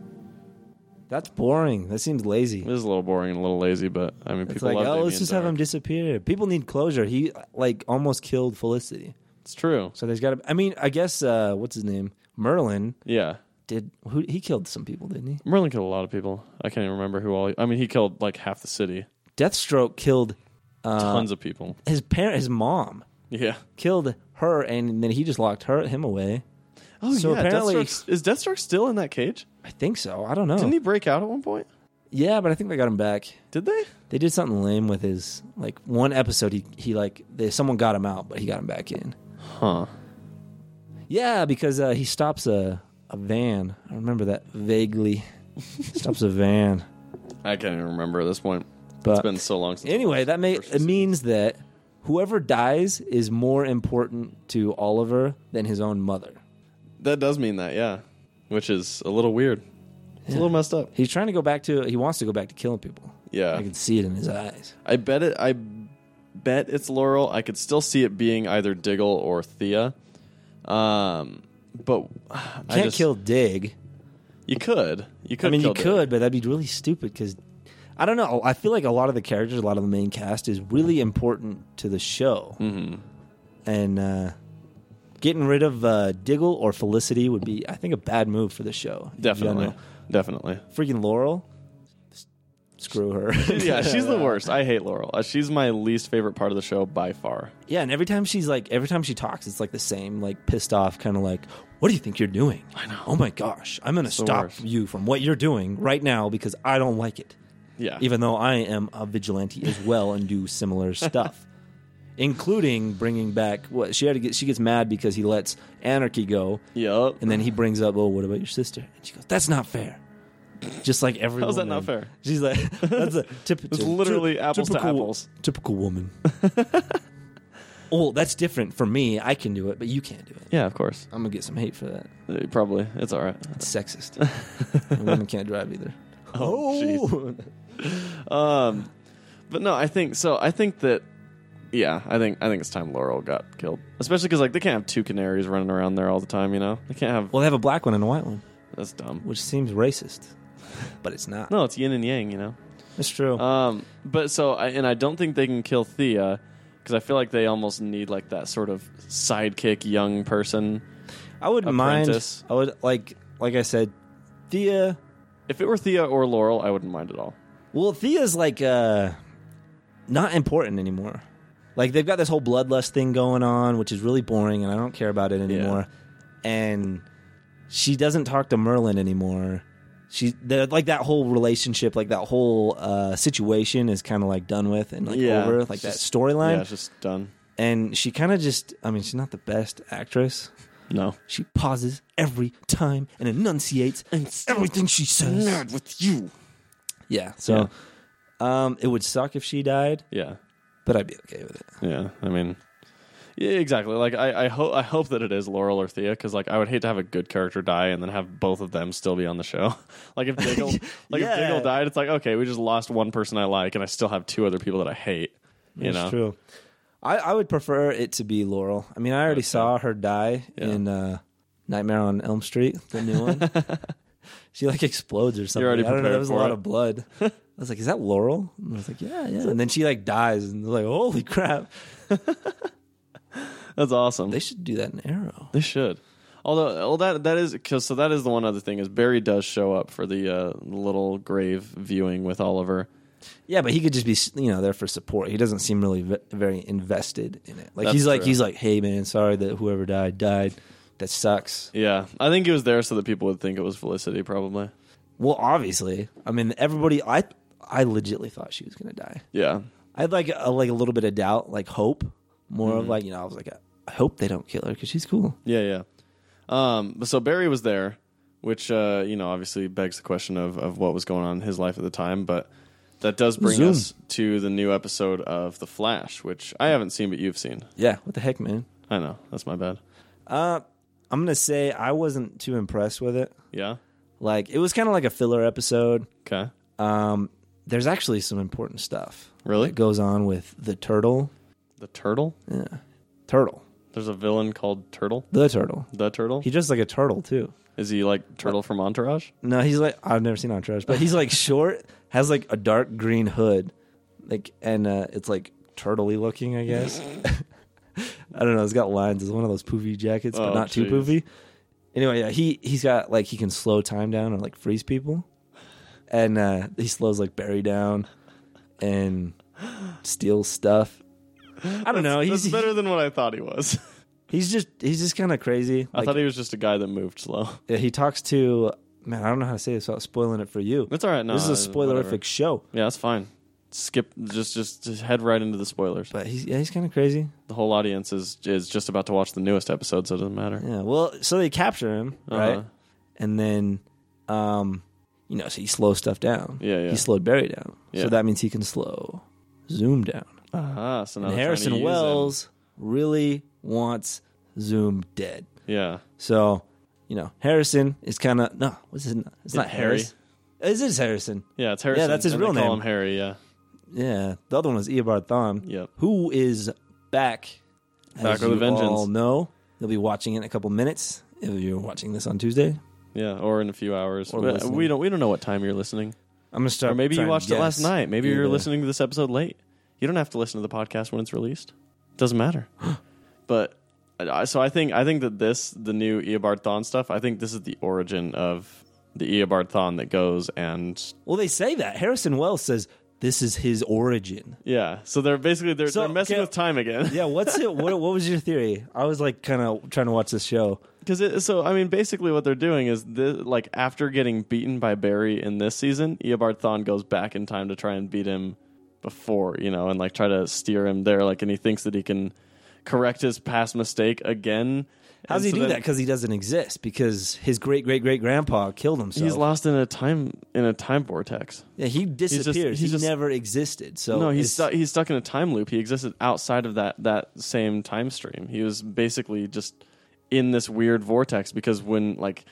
[SPEAKER 1] that's boring. That seems lazy.
[SPEAKER 2] This is a little boring and a little lazy, but I mean,
[SPEAKER 1] It's
[SPEAKER 2] people
[SPEAKER 1] like,
[SPEAKER 2] love
[SPEAKER 1] oh, let's
[SPEAKER 2] Damien
[SPEAKER 1] just have
[SPEAKER 2] Darhk.
[SPEAKER 1] him disappear. People need closure. He like almost killed Felicity,
[SPEAKER 2] It's true.
[SPEAKER 1] so there's got to. I mean, I guess uh, what's his name? Merlin
[SPEAKER 2] Yeah.
[SPEAKER 1] did. Who he killed some people, didn't he?
[SPEAKER 2] Merlin killed a lot of people. I can't even remember who all. I mean, he killed like half the city.
[SPEAKER 1] Deathstroke killed uh,
[SPEAKER 2] Tons of people.
[SPEAKER 1] his parent, his mom
[SPEAKER 2] Yeah.
[SPEAKER 1] killed her, and then he just locked her him away.
[SPEAKER 2] Oh
[SPEAKER 1] So
[SPEAKER 2] yeah.
[SPEAKER 1] apparently-
[SPEAKER 2] Deathstroke, is Deathstroke still in that cage?
[SPEAKER 1] I think so. I don't know.
[SPEAKER 2] Didn't he break out at one point?
[SPEAKER 1] yeah, but I think they got him back.
[SPEAKER 2] Did they?
[SPEAKER 1] They did something lame with his like one episode. He he like they, someone got him out, but he got him back in.
[SPEAKER 2] Huh.
[SPEAKER 1] Yeah, because uh, he stops a a van. I remember that vaguely. stops a van,
[SPEAKER 2] I can't even remember at this point.
[SPEAKER 1] but
[SPEAKER 2] It's been so long since. I
[SPEAKER 1] anyway,
[SPEAKER 2] watched
[SPEAKER 1] that may
[SPEAKER 2] the first
[SPEAKER 1] it
[SPEAKER 2] season.
[SPEAKER 1] means that whoever dies is more important to Oliver than his own mother.
[SPEAKER 2] that does mean that. Yeah. Which is a little weird. It's a little messed up.
[SPEAKER 1] He's trying to go back to he wants to go back to killing people.
[SPEAKER 2] Yeah.
[SPEAKER 1] I can see it in his eyes.
[SPEAKER 2] I bet it. I bet it's Laurel. I could still see it being either Diggle or Thea. Um, but I
[SPEAKER 1] Can't
[SPEAKER 2] just,
[SPEAKER 1] kill Dig.
[SPEAKER 2] You could. You could.
[SPEAKER 1] I mean, you
[SPEAKER 2] kill Diggle.
[SPEAKER 1] could, but that'd be really stupid because I don't know. I feel like a lot of the characters, a lot of the main cast, is really important to the show, mm-hmm. and uh, getting rid of uh, Diggle or Felicity would be, I think, a bad move for the show. in
[SPEAKER 2] Definitely.
[SPEAKER 1] general.
[SPEAKER 2] Definitely.
[SPEAKER 1] freaking Laurel. s- Screw her.
[SPEAKER 2] yeah, she's the worst. I hate Laurel. Uh, She's my least favorite part of the show by far.
[SPEAKER 1] yeah, and every time she's like, every time she talks, it's like the same, like pissed off, kind of like, "What do you think you're doing? I know. Oh my gosh, I'm gonna
[SPEAKER 2] the
[SPEAKER 1] stop
[SPEAKER 2] worst.
[SPEAKER 1] you from what you're doing right now because I don't like it."
[SPEAKER 2] Yeah.
[SPEAKER 1] even though I am a vigilante as well and do similar stuff, including bringing back what she had to get. She gets mad because he lets Anarchy go,
[SPEAKER 2] Yup.
[SPEAKER 1] and then he brings up, "Oh, what about your sister?" And she goes, "That's not fair." just like every.
[SPEAKER 2] How's that
[SPEAKER 1] woman.
[SPEAKER 2] not fair?
[SPEAKER 1] She's like, that's a typical.
[SPEAKER 2] It's literally apples to
[SPEAKER 1] typical,
[SPEAKER 2] apples.
[SPEAKER 1] Typical woman. well, that's different for me. I can do it, but you can't do it.
[SPEAKER 2] Yeah, of course.
[SPEAKER 1] I'm gonna get some hate for that.
[SPEAKER 2] Uh, Probably. It's all right.
[SPEAKER 1] It's sexist. and women can't drive either.
[SPEAKER 2] Oh, jeez. um, but no, I think so. I think that, yeah, I think I think it's time Laurel got killed, especially because like they can't have two canaries running around there all the time. You know, they can't have.
[SPEAKER 1] Well, they have a black one and a white one,
[SPEAKER 2] That's dumb.
[SPEAKER 1] which seems racist, but it's not. Uh,
[SPEAKER 2] No, it's yin and yang. You know.
[SPEAKER 1] It's true.
[SPEAKER 2] Um, but so I, and I don't think they can kill Thea because I feel like they almost need like that sort of sidekick young person.
[SPEAKER 1] I wouldn't mind.
[SPEAKER 2] Apprentice.
[SPEAKER 1] I would like, like I said, Thea.
[SPEAKER 2] If it were Thea or Laurel, I wouldn't mind at all.
[SPEAKER 1] Well, Thea's like uh, not important anymore. Like they've got this whole bloodlust thing going on, which is really boring, and I don't care about it anymore. And she doesn't talk to Merlin anymore. She they're- like that whole relationship, like that whole uh, situation is kind of like done with and like
[SPEAKER 2] Yeah,
[SPEAKER 1] over,
[SPEAKER 2] it's
[SPEAKER 1] like
[SPEAKER 2] just-
[SPEAKER 1] that storyline.
[SPEAKER 2] Yeah, it's just done.
[SPEAKER 1] And she kind of just, I mean, she's not the best actress.
[SPEAKER 2] No.
[SPEAKER 1] She pauses every time and enunciates everything she says.
[SPEAKER 4] Mad with you.
[SPEAKER 1] Yeah. So Um, it would suck if she died,
[SPEAKER 2] Yeah.
[SPEAKER 1] but I'd be okay with it.
[SPEAKER 2] Yeah, I mean, yeah, exactly. Like I, I hope, I hope that it is Laurel or Thea, because like I would hate to have a good character die and then have both of them still be on the show. like if Diggle, like if
[SPEAKER 1] Yeah.
[SPEAKER 2] Diggle died, it's like okay, we just lost one person I like, and I still have two other people that I hate. You know,
[SPEAKER 1] true. I, I would prefer it to be Laurel. I mean, I already saw her die
[SPEAKER 2] Yeah.
[SPEAKER 1] in uh, Nightmare on Elm Street, the new one. she like explodes or something.
[SPEAKER 2] already
[SPEAKER 1] I don't know.
[SPEAKER 2] prepared
[SPEAKER 1] There was a
[SPEAKER 2] for
[SPEAKER 1] lot
[SPEAKER 2] it.
[SPEAKER 1] of blood. I was like, "Is that Laurel?" And I was like, "Yeah, yeah." And then she like dies, and they're like, "Holy crap!"
[SPEAKER 2] that's awesome.
[SPEAKER 1] They should do that in Arrow.
[SPEAKER 2] They should. Although, well, that that is because so that is the one other thing is Barry does show up for the uh, little grave viewing with Oliver.
[SPEAKER 1] Yeah, but he could just be you know there for support. He doesn't seem really ve- very invested in it. Like
[SPEAKER 2] That's
[SPEAKER 1] he's like
[SPEAKER 2] true.
[SPEAKER 1] he's like, "Hey man, sorry that whoever died died. That sucks."
[SPEAKER 2] Yeah, I think he was there so that people would think it was Felicity, probably.
[SPEAKER 1] Well, obviously, I mean, everybody. I I legitly thought she was gonna die.
[SPEAKER 2] Yeah,
[SPEAKER 1] I had like a, like a little bit of doubt, like hope, more
[SPEAKER 2] Mm-hmm.
[SPEAKER 1] of like you know, I was like, I hope they don't kill her because she's cool.
[SPEAKER 2] Yeah, yeah. Um, but so Barry was there, which uh, you know obviously begs the question of of what was going on in his life at the time. But that does bring
[SPEAKER 1] Zoom.
[SPEAKER 2] us to the new episode of The Flash, which I haven't seen, but you've seen.
[SPEAKER 1] Yeah, what the heck, man.
[SPEAKER 2] I know that's my bad.
[SPEAKER 1] Uh, I'm gonna say I wasn't too impressed with it.
[SPEAKER 2] Yeah.
[SPEAKER 1] Like it was kind of like a filler episode.
[SPEAKER 2] Okay.
[SPEAKER 1] Um, there's actually some important stuff
[SPEAKER 2] Really?
[SPEAKER 1] that goes on with the turtle.
[SPEAKER 2] The turtle.
[SPEAKER 1] Yeah, turtle,
[SPEAKER 2] There's a villain called Turtle.
[SPEAKER 1] the turtle.
[SPEAKER 2] The turtle.
[SPEAKER 1] He dressed like a turtle too.
[SPEAKER 2] Is he like Turtle from Entourage?
[SPEAKER 1] No, he's like I've never seen on trash, but he's like short, has like a dark green hood, like and uh, it's like turtley looking, I guess. I don't know. It's got lines. It's one of those poofy jackets, but
[SPEAKER 2] Oh,
[SPEAKER 1] not too
[SPEAKER 2] jeez.
[SPEAKER 1] poofy. Anyway, yeah, he he's got like he can slow time down or like freeze people, and uh, he slows like Barry down, and steals stuff. I don't know.
[SPEAKER 2] That's
[SPEAKER 1] He's
[SPEAKER 2] better than what I thought he was.
[SPEAKER 1] he's just he's just kind of crazy.
[SPEAKER 2] I thought he was just a guy that moved slow.
[SPEAKER 1] he-, he talks to man. I don't know how to say this without spoiling it for you.
[SPEAKER 2] That's all right. No,
[SPEAKER 1] this is a
[SPEAKER 2] uh, whatever.
[SPEAKER 1] spoilerific show.
[SPEAKER 2] Yeah, that's fine. Skip. Just, just, just head right into the spoilers.
[SPEAKER 1] But he's yeah, he's kind of crazy.
[SPEAKER 2] the whole audience is is just about to watch the newest episode, so it doesn't matter.
[SPEAKER 1] Yeah. Well, so they capture him,
[SPEAKER 2] Uh-huh.
[SPEAKER 1] right? And then, um, you know, so he slows stuff down.
[SPEAKER 2] Yeah, yeah.
[SPEAKER 1] He slowed Barry down,
[SPEAKER 2] Yeah.
[SPEAKER 1] so that means he can slow Zoom down.
[SPEAKER 2] Uh-huh. So now
[SPEAKER 1] and
[SPEAKER 2] they're trying to
[SPEAKER 1] Harrison
[SPEAKER 2] use
[SPEAKER 1] Wells really wants Zoom dead.
[SPEAKER 2] him. Yeah,
[SPEAKER 1] So, you know, Harrison is kind of no. What's his? It's, not Harris. It is Harrison.
[SPEAKER 2] yeah, it's Harrison.
[SPEAKER 1] Yeah, that's his
[SPEAKER 2] and
[SPEAKER 1] real
[SPEAKER 2] they Call
[SPEAKER 1] name.
[SPEAKER 2] him Harry. Yeah,
[SPEAKER 1] Yeah. The other one was Eobard Thawne.
[SPEAKER 2] Yep.
[SPEAKER 1] Who is back?
[SPEAKER 2] Back
[SPEAKER 1] as
[SPEAKER 2] with a
[SPEAKER 1] you
[SPEAKER 2] vengeance.
[SPEAKER 1] All know. You'll be watching it in a couple minutes. If you're watching this on Tuesday,
[SPEAKER 2] yeah. Or in a few hours.
[SPEAKER 1] Or
[SPEAKER 2] We-
[SPEAKER 1] listening.
[SPEAKER 2] we don't. We don't know what time you're listening.
[SPEAKER 1] I'm gonna start.
[SPEAKER 2] Or maybe you
[SPEAKER 1] trying to
[SPEAKER 2] watched it last
[SPEAKER 1] guess.
[SPEAKER 2] night. Maybe
[SPEAKER 1] Yeah.
[SPEAKER 2] you're listening to this episode late. You don't have to listen to the podcast when it's released. Doesn't matter. but I- so I think I think that this the new Eobard Thawne stuff. I think this is the origin of the Eobard Thawne that goes and
[SPEAKER 1] Well, they say that Harrison Wells says this is his origin.
[SPEAKER 2] yeah. So they're basically they're,
[SPEAKER 1] So,
[SPEAKER 2] they're messing
[SPEAKER 1] okay.
[SPEAKER 2] with time again.
[SPEAKER 1] Yeah, what's it? What, what was your theory? I was like kind of trying to watch this show.
[SPEAKER 2] Because so I mean, basically what they're doing is this, like after getting beaten by Barry in this season, Eobard Thawne goes back in time to try and beat him before you know, and like try to steer him there. Like, and he thinks that he can correct his past mistake again.
[SPEAKER 1] How does he
[SPEAKER 2] And so
[SPEAKER 1] do
[SPEAKER 2] then
[SPEAKER 1] that? Because he doesn't exist. Because his great great great grandpa killed himself.
[SPEAKER 2] He's lost in a time in a time vortex.
[SPEAKER 1] yeah, he disappears.
[SPEAKER 2] he's
[SPEAKER 1] he
[SPEAKER 2] just-
[SPEAKER 1] never existed. So
[SPEAKER 2] no, he's
[SPEAKER 1] Oh, it's-
[SPEAKER 2] stuck, he's stuck in a time loop. He existed outside of that that same time stream. He was basically just in this weird vortex because when like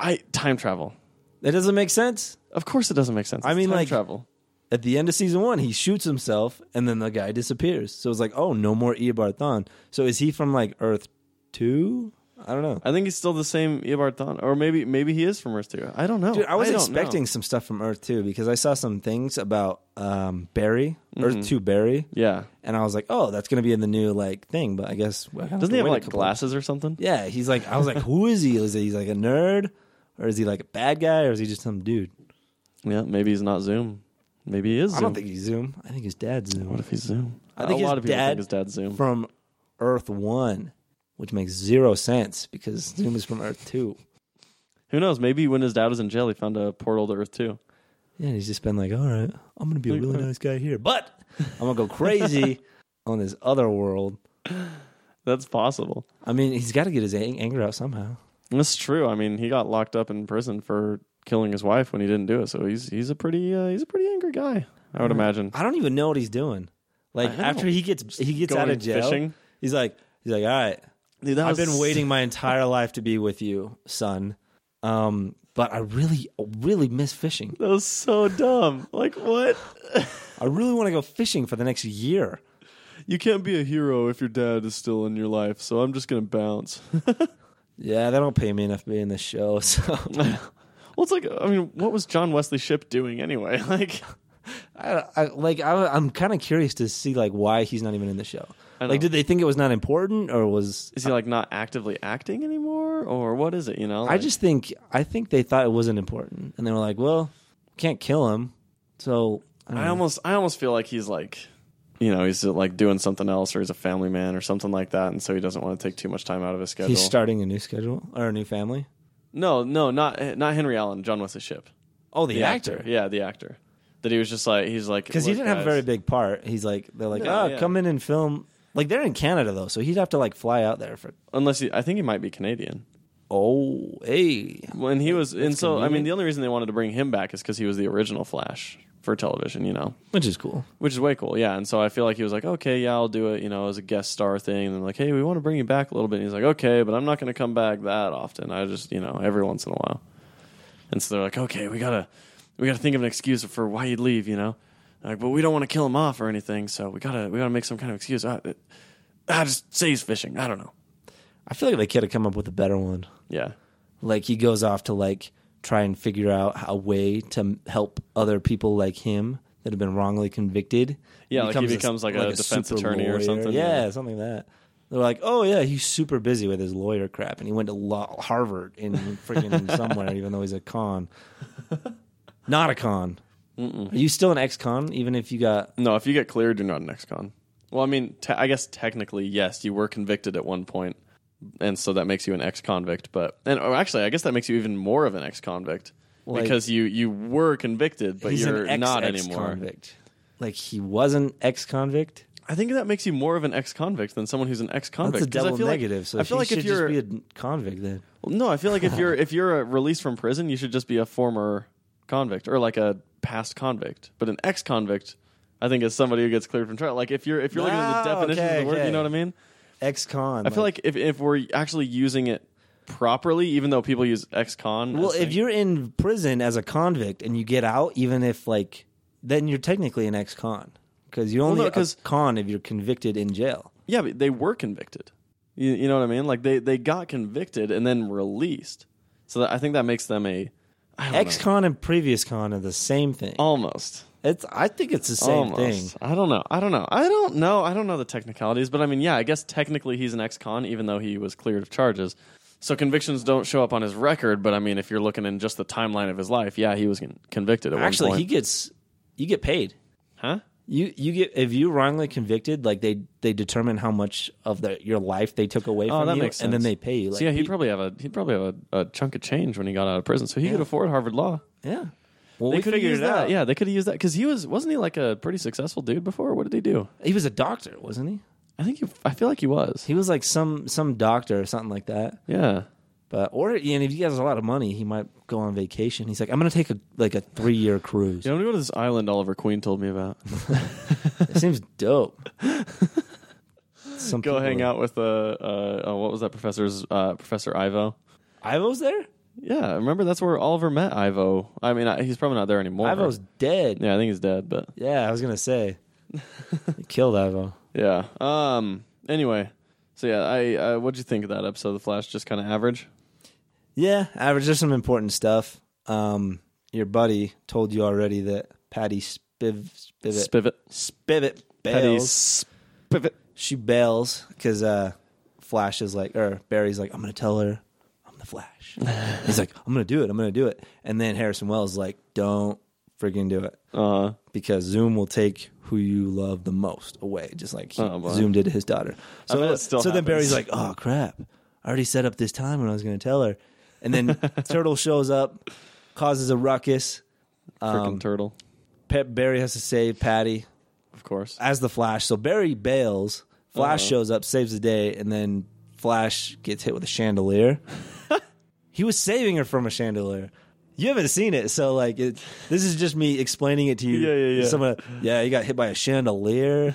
[SPEAKER 2] I time travel.
[SPEAKER 1] that doesn't make sense.
[SPEAKER 2] Of course, it doesn't make sense.
[SPEAKER 1] I
[SPEAKER 2] It's
[SPEAKER 1] mean,
[SPEAKER 2] time
[SPEAKER 1] like-
[SPEAKER 2] travel.
[SPEAKER 1] At the end of season one, he shoots himself, and then the guy disappears. So it's like, oh, no more Eobarthon. So is he from like Earth two? I don't know.
[SPEAKER 2] I think he's still the same Ibarthon, or maybe maybe he is from Earth too. I don't know.
[SPEAKER 1] Dude, I was
[SPEAKER 2] don't know.
[SPEAKER 1] expecting some stuff from Earth two because I saw some things about um, Barry,
[SPEAKER 2] Mm-hmm.
[SPEAKER 1] Earth two Barry,
[SPEAKER 2] Yeah,
[SPEAKER 1] and I was like, oh, that's gonna be in the new like thing. But I guess I have
[SPEAKER 2] doesn't
[SPEAKER 1] to
[SPEAKER 2] he have
[SPEAKER 1] wait a
[SPEAKER 2] like
[SPEAKER 1] couple-
[SPEAKER 2] glasses or something?
[SPEAKER 1] Yeah, he's like, I was like, who is he? Is he he's like a nerd, or is he like a bad guy, or is he just some dude?
[SPEAKER 2] Yeah, maybe he's not Zoom. Maybe he is. Zoom.
[SPEAKER 1] I don't think he's Zoom. I think his dad's Zoom.
[SPEAKER 2] What if he's Zoom?
[SPEAKER 1] I think
[SPEAKER 2] a
[SPEAKER 1] his
[SPEAKER 2] lot of people
[SPEAKER 1] dad-
[SPEAKER 2] think his dad's Zoom.
[SPEAKER 1] from Earth One, which makes zero sense because Zoom is from Earth Two.
[SPEAKER 2] Who knows? Maybe when his dad was in jail, he found a portal to Earth too.
[SPEAKER 1] Yeah, and he's just been like, all right, I'm gonna be a really nice guy here, but I'm gonna go crazy on this other world.
[SPEAKER 2] That's possible.
[SPEAKER 1] I mean, he's got to get his ang- anger out somehow.
[SPEAKER 2] That's true. I mean, he got locked up in prison for killing his wife when he didn't do it. So he's he's a pretty uh, he's a pretty angry guy. I
[SPEAKER 1] Mm-hmm.
[SPEAKER 2] would imagine.
[SPEAKER 1] I don't even know what he's doing. Like
[SPEAKER 2] I know.
[SPEAKER 1] after he gets he gets out
[SPEAKER 2] going
[SPEAKER 1] of jail,
[SPEAKER 2] fishing.
[SPEAKER 1] he's like he's like, all right,
[SPEAKER 2] Dude, that
[SPEAKER 1] I've
[SPEAKER 2] was-
[SPEAKER 1] been waiting my entire life to be with you, son. Um, but I really, really miss fishing.
[SPEAKER 2] That was so dumb. Like what?
[SPEAKER 1] I really want to go fishing for the next year.
[SPEAKER 2] You can't be a hero if your dad is still in your life. So I'm just gonna bounce.
[SPEAKER 1] Yeah, they don't pay me enough to be in this show, so
[SPEAKER 2] well, it's like I mean, what was John Wesley Ship doing anyway? Like
[SPEAKER 1] I, I like I, I'm kind of curious to see like why he's not even in the show.
[SPEAKER 2] I
[SPEAKER 1] Like,
[SPEAKER 2] know.
[SPEAKER 1] did they think it was not important or was?
[SPEAKER 2] is he like not actively acting anymore, or what is it? You know,
[SPEAKER 1] I just think I think they thought it wasn't important, and they were like, "Well, can't kill him." So I, don't
[SPEAKER 2] I
[SPEAKER 1] know.
[SPEAKER 2] almost I almost feel like he's like you know he's like doing something else or he's a family man or something like that and so he doesn't want to take too much time out of his schedule.
[SPEAKER 1] he's starting a new schedule or a new family.
[SPEAKER 2] no, no, not eh, not Henry Allen, John Wesley Ship.
[SPEAKER 1] Oh, the,
[SPEAKER 2] Yeah, the actor. That he was just like he's like
[SPEAKER 1] because he
[SPEAKER 2] "Look,
[SPEAKER 1] didn't have a
[SPEAKER 2] guys."
[SPEAKER 1] very big part. He's like they're like,
[SPEAKER 2] No,
[SPEAKER 1] "Oh,
[SPEAKER 2] yeah.
[SPEAKER 1] come in and film." Like they're in Canada though, so he'd have to like fly out there for.
[SPEAKER 2] unless he, I think he might be Canadian.
[SPEAKER 1] Oh, hey,
[SPEAKER 2] When he was and so I mean
[SPEAKER 1] convenient.
[SPEAKER 2] the only reason they wanted to bring him back is cuz he was the original Flash for television, you know.
[SPEAKER 1] which is cool.
[SPEAKER 2] which is way cool. Yeah, and so I feel like he was like, okay, yeah, I'll do it. You know, as a guest star thing, and I'm like, hey, we want to bring you back a little bit. And he's like, okay, but I'm not going to come back that often. I just, you know, every once in a while. And so they're like, okay, we gotta, we gotta think of an excuse for why you'd leave. You know, like, but we don't want to kill him off or anything. So we gotta, we gotta make some kind of excuse. I, I just say he's fishing. I don't know.
[SPEAKER 1] I feel like they could have come up with a better one.
[SPEAKER 2] Yeah,
[SPEAKER 1] like he goes off to like try and figure out how- a way to m- help other people like him that have been wrongly convicted.
[SPEAKER 2] Yeah, like he
[SPEAKER 1] a-
[SPEAKER 2] becomes like a defense
[SPEAKER 1] super
[SPEAKER 2] attorney or
[SPEAKER 1] lawyer.
[SPEAKER 2] something,
[SPEAKER 1] Yeah,
[SPEAKER 2] yeah.
[SPEAKER 1] something like that. They're like, oh yeah, he's super busy with his lawyer crap, and he went to law- Harvard in freaking somewhere, even though he's a con, not a con. Are you still an ex-con, even if you got?
[SPEAKER 2] no. If you get cleared, you're not an ex-con. Well, I mean, te- I guess technically, yes, you were convicted at one point, and so that makes you an ex-convict. But and or actually, I guess that makes you even more of an ex-convict
[SPEAKER 1] Like-
[SPEAKER 2] because you you were convicted, but
[SPEAKER 1] he's
[SPEAKER 2] you're
[SPEAKER 1] an
[SPEAKER 2] not anymore.
[SPEAKER 1] ex-ex-convict. Like he wasn't ex-convict.
[SPEAKER 2] I think that makes you more of an ex-convict than someone who's an ex-convict.
[SPEAKER 1] That's a
[SPEAKER 2] 'Cause I
[SPEAKER 1] double
[SPEAKER 2] feel like-
[SPEAKER 1] negative. so
[SPEAKER 2] I feel
[SPEAKER 1] he
[SPEAKER 2] like
[SPEAKER 1] should
[SPEAKER 2] if you're
[SPEAKER 1] just be a convict, then
[SPEAKER 2] well, no, I feel like if you're if you're uh, released from prison, you should just be a former convict or like a past convict. But an ex-convict, I think, is somebody who gets cleared from trial. Like if you're if you're looking at the
[SPEAKER 1] Oh,
[SPEAKER 2] definition
[SPEAKER 1] okay,
[SPEAKER 2] of the word,
[SPEAKER 1] okay.
[SPEAKER 2] you know what I mean.
[SPEAKER 1] ex-con.
[SPEAKER 2] I feel like if, if we're actually using it properly, even though people use ex-con,
[SPEAKER 1] Well,
[SPEAKER 2] as
[SPEAKER 1] if
[SPEAKER 2] things-
[SPEAKER 1] you're in prison as a convict and you get out, even if like, then you're technically an ex-con because you're only
[SPEAKER 2] no,
[SPEAKER 1] a
[SPEAKER 2] 'cause-
[SPEAKER 1] con if you're convicted in jail.
[SPEAKER 2] yeah, but they were convicted. You, you know what I mean? Like they they got convicted and then released. So that, I think that makes them a I don't know.
[SPEAKER 1] Ex-con and previous con are the same thing.
[SPEAKER 2] almost
[SPEAKER 1] It's I think it's the same thing.
[SPEAKER 2] almost. I don't know. I don't know. I don't know. I don't know the technicalities, but I mean, yeah, I guess technically he's an ex-con, even though he was cleared of charges. So convictions don't show up on his record, but I mean, if you're looking in just the timeline of his life, yeah, he was con- convicted at
[SPEAKER 1] Actually,
[SPEAKER 2] one
[SPEAKER 1] he
[SPEAKER 2] point.
[SPEAKER 1] gets you get paid.
[SPEAKER 2] huh?
[SPEAKER 1] You you get if you wrongly convicted, like they they determine how much of the, your life they took away
[SPEAKER 2] Oh,
[SPEAKER 1] from
[SPEAKER 2] that
[SPEAKER 1] you,
[SPEAKER 2] makes
[SPEAKER 1] and then
[SPEAKER 2] sense.
[SPEAKER 1] they pay you. Like,
[SPEAKER 2] so yeah, he'd
[SPEAKER 1] pe-
[SPEAKER 2] probably have a he'd probably have a, a chunk of change when he got out of prison, so he could afford Harvard Law.
[SPEAKER 1] yeah. Well,
[SPEAKER 2] They
[SPEAKER 1] we
[SPEAKER 2] could have
[SPEAKER 1] figured
[SPEAKER 2] used
[SPEAKER 1] it
[SPEAKER 2] that.
[SPEAKER 1] out.
[SPEAKER 2] Yeah, they could have used that because he was wasn't he like a pretty successful dude before? What did he do?
[SPEAKER 1] he was a doctor, wasn't he?
[SPEAKER 2] I think he, I feel like he was.
[SPEAKER 1] He was like some some doctor or something like that.
[SPEAKER 2] yeah.
[SPEAKER 1] But or and if he has a lot of money, he might go on vacation. He's like, I'm gonna take a like a three year cruise.
[SPEAKER 2] You know, I'm gonna go to this island Oliver Queen told me about.
[SPEAKER 1] It seems dope. Some
[SPEAKER 2] go
[SPEAKER 1] people-
[SPEAKER 2] hang out with uh, uh, uh what was that professor's uh, Professor Ivo?
[SPEAKER 1] Ivo's there.
[SPEAKER 2] Yeah, remember that's where Oliver met Ivo. I mean, I, he's probably not there anymore.
[SPEAKER 1] Ivo's dead. Yeah.
[SPEAKER 2] yeah, I think he's dead, but
[SPEAKER 1] I was gonna say, They killed Ivo.
[SPEAKER 2] yeah. Um. Anyway, so yeah, I uh, what'd you think of that episode of The Flash? Just kind of average.
[SPEAKER 1] Yeah, average. There's some important stuff. Um, your buddy told you already that Patty Spiv Spivot
[SPEAKER 2] Spivet.
[SPEAKER 1] Spivot
[SPEAKER 2] Petty
[SPEAKER 1] bails.
[SPEAKER 2] Spivet.
[SPEAKER 1] she bails because uh, Flash is like, or Barry's like, I'm gonna tell her I'm the Flash. He's like, I'm gonna do it. I'm gonna do it. And then Harrison Wells is like, don't freaking do it
[SPEAKER 2] Uh,
[SPEAKER 1] because Zoom will take who you love the most away, just like he,
[SPEAKER 2] Oh, boy.
[SPEAKER 1] Zoom did to his daughter. So,
[SPEAKER 2] bet it still
[SPEAKER 1] so then
[SPEAKER 2] happens.
[SPEAKER 1] Barry's like, oh crap, I already set up this time when I was gonna tell her. And then Turtle shows up, causes a ruckus.
[SPEAKER 2] freaking
[SPEAKER 1] Um,
[SPEAKER 2] turtle,
[SPEAKER 1] Pe- Barry has to save Patty
[SPEAKER 2] of course.
[SPEAKER 1] as the Flash. So Barry bails. Flash
[SPEAKER 2] Uh-huh.
[SPEAKER 1] shows up, saves the day, and then Flash gets hit with a chandelier. he was saving her from a chandelier. You haven't seen it, so like it, this is just me explaining it to you.
[SPEAKER 2] Yeah, yeah, yeah.
[SPEAKER 1] Someone, yeah, he got hit by a chandelier,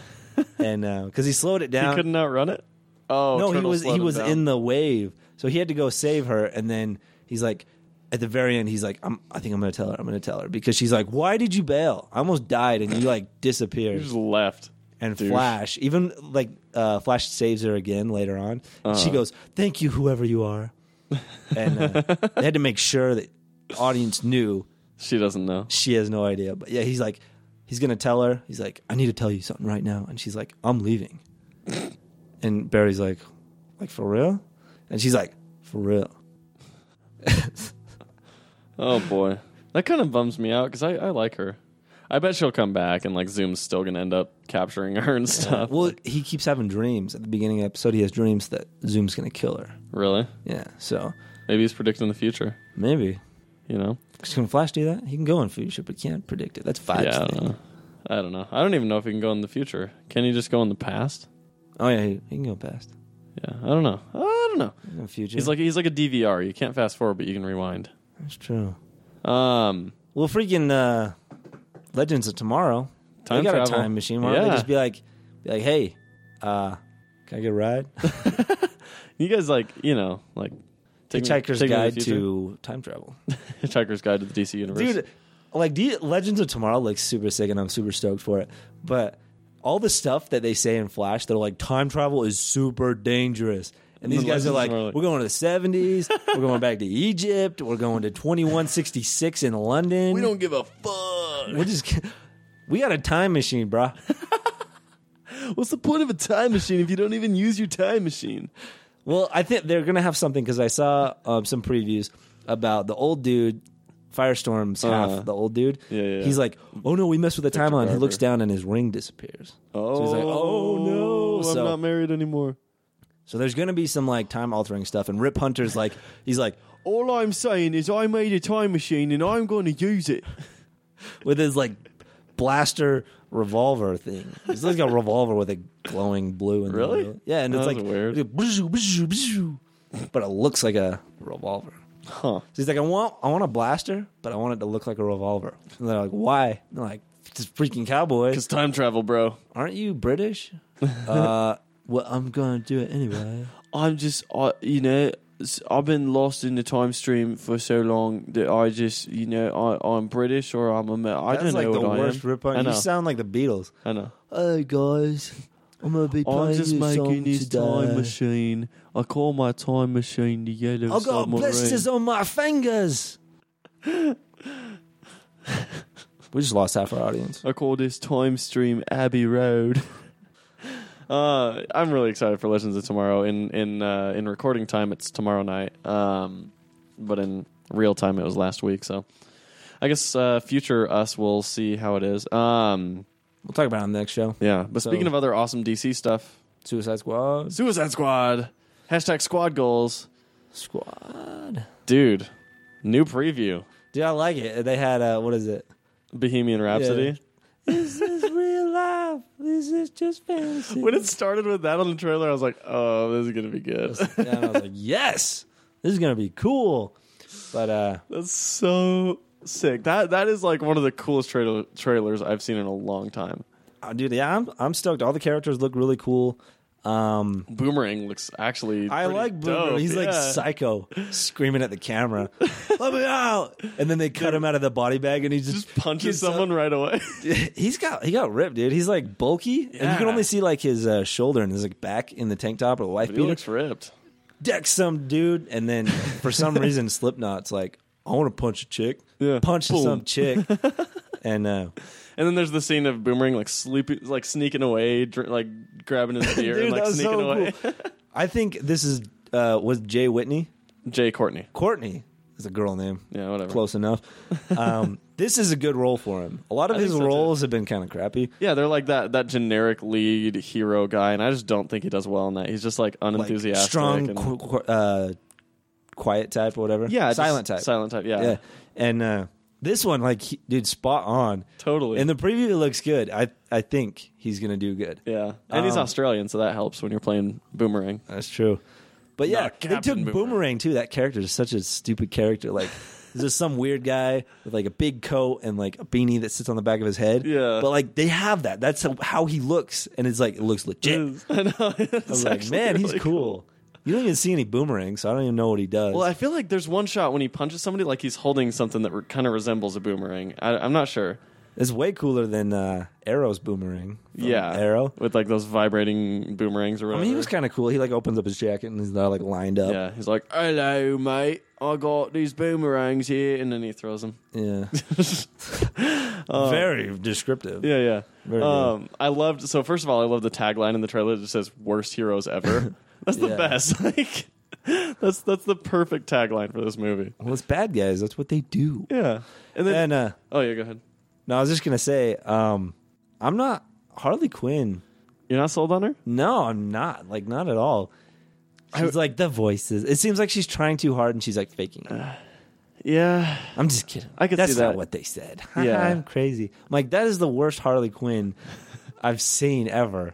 [SPEAKER 1] and because he slowed it
[SPEAKER 2] he
[SPEAKER 1] down.
[SPEAKER 2] couldn't outrun it. Oh
[SPEAKER 1] no, he
[SPEAKER 2] Turtle
[SPEAKER 1] was
[SPEAKER 2] slowed
[SPEAKER 1] he
[SPEAKER 2] him
[SPEAKER 1] was
[SPEAKER 2] down.
[SPEAKER 1] in the wave, so he had to go save her, and then he's like. At the very end, he's like, I'm, "I think I'm going to tell her. I'm going to tell her because she's like, why did you bail? I almost died, and you like disappeared.'
[SPEAKER 2] He just left.
[SPEAKER 1] and
[SPEAKER 2] Douche.
[SPEAKER 1] Flash, even like uh, Flash saves her again later on.
[SPEAKER 2] Uh-huh.
[SPEAKER 1] She goes, "Thank you, whoever you are," and uh, they had to make sure that the audience knew
[SPEAKER 2] She doesn't know.
[SPEAKER 1] she has no idea. But yeah, he's like, he's gonna tell her. He's like, "I need to tell you something right now," and she's like, "I'm leaving," and Barry's like, "Like for real?" And she's like, "For real."
[SPEAKER 2] Oh boy, that kind of bums me out because I, I like her. I bet she'll come back and like Zoom's still gonna end up capturing her and stuff.
[SPEAKER 1] Well, he keeps having dreams. At the beginning of the episode, he has dreams that Zoom's gonna kill her.
[SPEAKER 2] Really?
[SPEAKER 1] Yeah, so
[SPEAKER 2] Maybe he's predicting the future.
[SPEAKER 1] maybe.
[SPEAKER 2] You know?
[SPEAKER 1] 'Cause Can Flash do that? He can go in future, but can't predict it. That's Flash.
[SPEAKER 2] yeah. I
[SPEAKER 1] thing.
[SPEAKER 2] don't know. I don't know. I don't even know if he can go in the future. Can he just go in the past?
[SPEAKER 1] Oh yeah, he, he can go past.
[SPEAKER 2] Yeah. I don't know. I don't know.
[SPEAKER 1] He can go future.
[SPEAKER 2] He's like he's like a DVR. You can't fast forward, but you can rewind.
[SPEAKER 1] that's true.
[SPEAKER 2] Um.
[SPEAKER 1] Well, freaking uh, Legends of Tomorrow.
[SPEAKER 2] Time
[SPEAKER 1] they got
[SPEAKER 2] travel.
[SPEAKER 1] a time machine. Why don't
[SPEAKER 2] Yeah.
[SPEAKER 1] they just be like, be like, hey, uh, can I get a ride?
[SPEAKER 2] You guys like you know like take me-
[SPEAKER 1] Hitchhiker's
[SPEAKER 2] take me
[SPEAKER 1] Guide
[SPEAKER 2] the future?
[SPEAKER 1] to Time Travel,
[SPEAKER 2] Hitchhiker's Guide to the DC universe.
[SPEAKER 1] dude. Like, do you- Legends of Tomorrow looks super sick, and I'm super stoked for it. But all the stuff that they say in Flash, they're like, time travel is super dangerous. And these
[SPEAKER 2] The
[SPEAKER 1] guys are
[SPEAKER 2] Legends
[SPEAKER 1] like,
[SPEAKER 2] are like-
[SPEAKER 1] we're going to the 70s, we're going back to Egypt, we're going to 2166 in London.
[SPEAKER 4] We don't give a fuck.
[SPEAKER 1] We'll just we got a time machine, bro.
[SPEAKER 2] What's the point of a time machine if you don't even use your time machine?
[SPEAKER 1] Well, I think they're gonna have something because I saw um, some previews about the old dude. Firestorm's half
[SPEAKER 2] Uh-huh.
[SPEAKER 1] the old dude.
[SPEAKER 2] Yeah, yeah, yeah.
[SPEAKER 1] He's like, oh no, we messed with the timeline. He
[SPEAKER 2] Barber.
[SPEAKER 1] looks down and his ring disappears.
[SPEAKER 2] Oh,
[SPEAKER 1] he's like, "Oh, no,
[SPEAKER 2] I'm
[SPEAKER 1] so-
[SPEAKER 2] not married anymore.
[SPEAKER 1] So there's gonna be some like time altering stuff. And Rip Hunter's like, he's like
[SPEAKER 2] All I'm saying is I made a time machine and I'm going to use it.
[SPEAKER 1] with his like blaster revolver thing. It's like a revolver with a glowing blue. In the
[SPEAKER 2] Really?
[SPEAKER 1] middle. Yeah, and
[SPEAKER 2] That
[SPEAKER 1] it's
[SPEAKER 2] was
[SPEAKER 1] like
[SPEAKER 2] weird.
[SPEAKER 1] it's like, "Bzzu, bzzu, bzzu," but it looks like a revolver.
[SPEAKER 2] Huh.
[SPEAKER 1] So he's like, I want, I want a blaster, but I want it to look like a revolver. And they're like, why? And they're like, it's freaking cowboy.
[SPEAKER 2] It's time travel, bro.
[SPEAKER 1] Aren't you British? uh, well, I'm gonna do it anyway.
[SPEAKER 2] I'm just, I, you know, s- I've been lost in the time stream for so long that I just, you know, I, I'm British or I'm Amer- I
[SPEAKER 1] That's
[SPEAKER 2] don't
[SPEAKER 1] like
[SPEAKER 2] know
[SPEAKER 1] the
[SPEAKER 2] what
[SPEAKER 1] worst
[SPEAKER 2] I am.
[SPEAKER 1] rip on.
[SPEAKER 2] I know.
[SPEAKER 1] You sound like the Beatles.
[SPEAKER 2] I know.
[SPEAKER 1] Hey guys, I'm gonna be playing
[SPEAKER 2] I'm just
[SPEAKER 1] you a song
[SPEAKER 2] making this
[SPEAKER 1] today.
[SPEAKER 2] time machine. I call my time machine the yellow
[SPEAKER 1] I got
[SPEAKER 2] submarine.
[SPEAKER 1] blisters on my fingers. we just lost half our audience.
[SPEAKER 2] I call this time stream Abbey Road. uh, I'm really excited for Legends of Tomorrow. In in uh, in recording time, it's tomorrow night. Um, but in real time, it was last week. So I guess uh, future us will see how it is. Um,
[SPEAKER 1] We'll talk about it on the next show.
[SPEAKER 2] yeah. But
[SPEAKER 1] So-
[SPEAKER 2] speaking of other awesome DC stuff,
[SPEAKER 1] Suicide Squad.
[SPEAKER 2] Suicide Squad hashtag Squad Goals,
[SPEAKER 1] Squad.
[SPEAKER 2] dude. New preview,
[SPEAKER 1] Dude, I like it. They had uh, what is it?
[SPEAKER 2] Bohemian Rhapsody.
[SPEAKER 1] This is real life. This this is just fantasy.
[SPEAKER 2] When it started with that on the trailer, I was like, "Oh, this is gonna be good."
[SPEAKER 1] and I was like, yes, this is gonna be cool. But uh,
[SPEAKER 2] That's so sick. That that is like one of the coolest trailer, trailers I've seen in a long time.
[SPEAKER 1] uh, dude, yeah, I'm I'm stoked. All the characters look really cool. Um,
[SPEAKER 2] Boomerang looks actually.
[SPEAKER 1] I
[SPEAKER 2] pretty
[SPEAKER 1] like
[SPEAKER 2] dope.
[SPEAKER 1] Boomer. He's like
[SPEAKER 2] Yeah.
[SPEAKER 1] psycho, screaming at the camera, "Let me out!" And then they cut him out of the body bag, and he just,
[SPEAKER 2] just punches
[SPEAKER 1] gets up.
[SPEAKER 2] someone right away.
[SPEAKER 1] He's got he got ripped, dude. He's like bulky, and you
[SPEAKER 2] Yeah.
[SPEAKER 1] can only see like his uh, shoulder and his like back in the tank top or the life
[SPEAKER 2] he
[SPEAKER 1] beater.
[SPEAKER 2] looks ripped.
[SPEAKER 1] Decks some dude, and then for some reason, Slipknot's like, "I want to punch a chick."
[SPEAKER 2] Yeah.
[SPEAKER 1] punch
[SPEAKER 2] Boom.
[SPEAKER 1] some chick, and uh,
[SPEAKER 2] And then there's the scene of Boomerang like sleeping, like sneaking away, dr- like grabbing his beer
[SPEAKER 1] Dude,
[SPEAKER 2] and like
[SPEAKER 1] that was
[SPEAKER 2] sneaking
[SPEAKER 1] so
[SPEAKER 2] away.
[SPEAKER 1] cool. I think this is uh, was Jay Whitney.
[SPEAKER 2] Jay Courtney.
[SPEAKER 1] Courtney is a girl name.
[SPEAKER 2] Yeah, whatever.
[SPEAKER 1] Close enough. Um, this is a good role for him. A lot of
[SPEAKER 2] I
[SPEAKER 1] his
[SPEAKER 2] think so, too.
[SPEAKER 1] roles have been kind of crappy.
[SPEAKER 2] Yeah, they're like that that generic lead hero guy, and I just don't think he does well in that. He's just like
[SPEAKER 1] Like
[SPEAKER 2] unenthusiastic,
[SPEAKER 1] strong,
[SPEAKER 2] and-
[SPEAKER 1] qu- qu- uh, quiet type or whatever.
[SPEAKER 2] yeah, just
[SPEAKER 1] silent type.
[SPEAKER 2] silent type.
[SPEAKER 1] Yeah.
[SPEAKER 2] Yeah,
[SPEAKER 1] And uh, this one, like, he, dude, spot on.
[SPEAKER 2] totally.
[SPEAKER 1] In the preview, it looks good. I I think he's gonna do good.
[SPEAKER 2] yeah, and he's
[SPEAKER 1] Um,
[SPEAKER 2] Australian, so that helps when you're playing Boomerang.
[SPEAKER 1] That's true. But yeah,
[SPEAKER 2] Not
[SPEAKER 1] they took
[SPEAKER 2] Captain
[SPEAKER 1] Boomerang.
[SPEAKER 2] Boomerang.
[SPEAKER 1] too. That character is such a stupid character. Like, there's just some weird guy with like a big coat and like a beanie that sits on the back of his head.
[SPEAKER 2] Yeah.
[SPEAKER 1] But like, they have that. That's how- how he looks, and it's like it looks legit. I
[SPEAKER 2] I know.
[SPEAKER 1] was
[SPEAKER 2] It's
[SPEAKER 1] like,
[SPEAKER 2] actually
[SPEAKER 1] man,
[SPEAKER 2] really
[SPEAKER 1] he's cool. You don't even see any boomerangs, so I don't even know what he does.
[SPEAKER 2] Well, I feel like there's one shot when he punches somebody, like he's holding something that re- kind of resembles a boomerang. I, I'm not sure.
[SPEAKER 1] it's way cooler than uh, Arrow's boomerang. from
[SPEAKER 2] yeah,
[SPEAKER 1] Arrow.
[SPEAKER 2] with like those vibrating boomerangs or
[SPEAKER 1] I
[SPEAKER 2] whatever.
[SPEAKER 1] mean, he was kind of cool. He like opens up his jacket and he's not like lined up.
[SPEAKER 2] yeah, he's like, "Hello, mate. I got these boomerangs here," and then he throws them.
[SPEAKER 1] Yeah. Very descriptive.
[SPEAKER 2] Uh, Yeah, yeah.
[SPEAKER 1] Very good.
[SPEAKER 2] um, I loved. So first of all, I love the tagline in the trailer that says "Worst Heroes Ever." that's the
[SPEAKER 1] Yeah.
[SPEAKER 2] best. Like, that's that's the perfect tagline for this movie.
[SPEAKER 1] Well, it's bad guys. That's what they do.
[SPEAKER 2] Yeah, and then
[SPEAKER 1] And uh,
[SPEAKER 2] oh yeah, go ahead.
[SPEAKER 1] No, I was just gonna say, um, I'm not Harley Quinn.
[SPEAKER 2] You're not sold on her?
[SPEAKER 1] No, I'm not. Like, not at all. She's like the voices. It seems like she's trying too hard and she's like faking. it.
[SPEAKER 2] Yeah,
[SPEAKER 1] I'm just kidding.
[SPEAKER 2] I could
[SPEAKER 1] That's
[SPEAKER 2] see
[SPEAKER 1] not
[SPEAKER 2] that.
[SPEAKER 1] what they said.
[SPEAKER 2] Yeah.
[SPEAKER 1] I'm crazy. I'm like that is the worst Harley Quinn I've seen ever.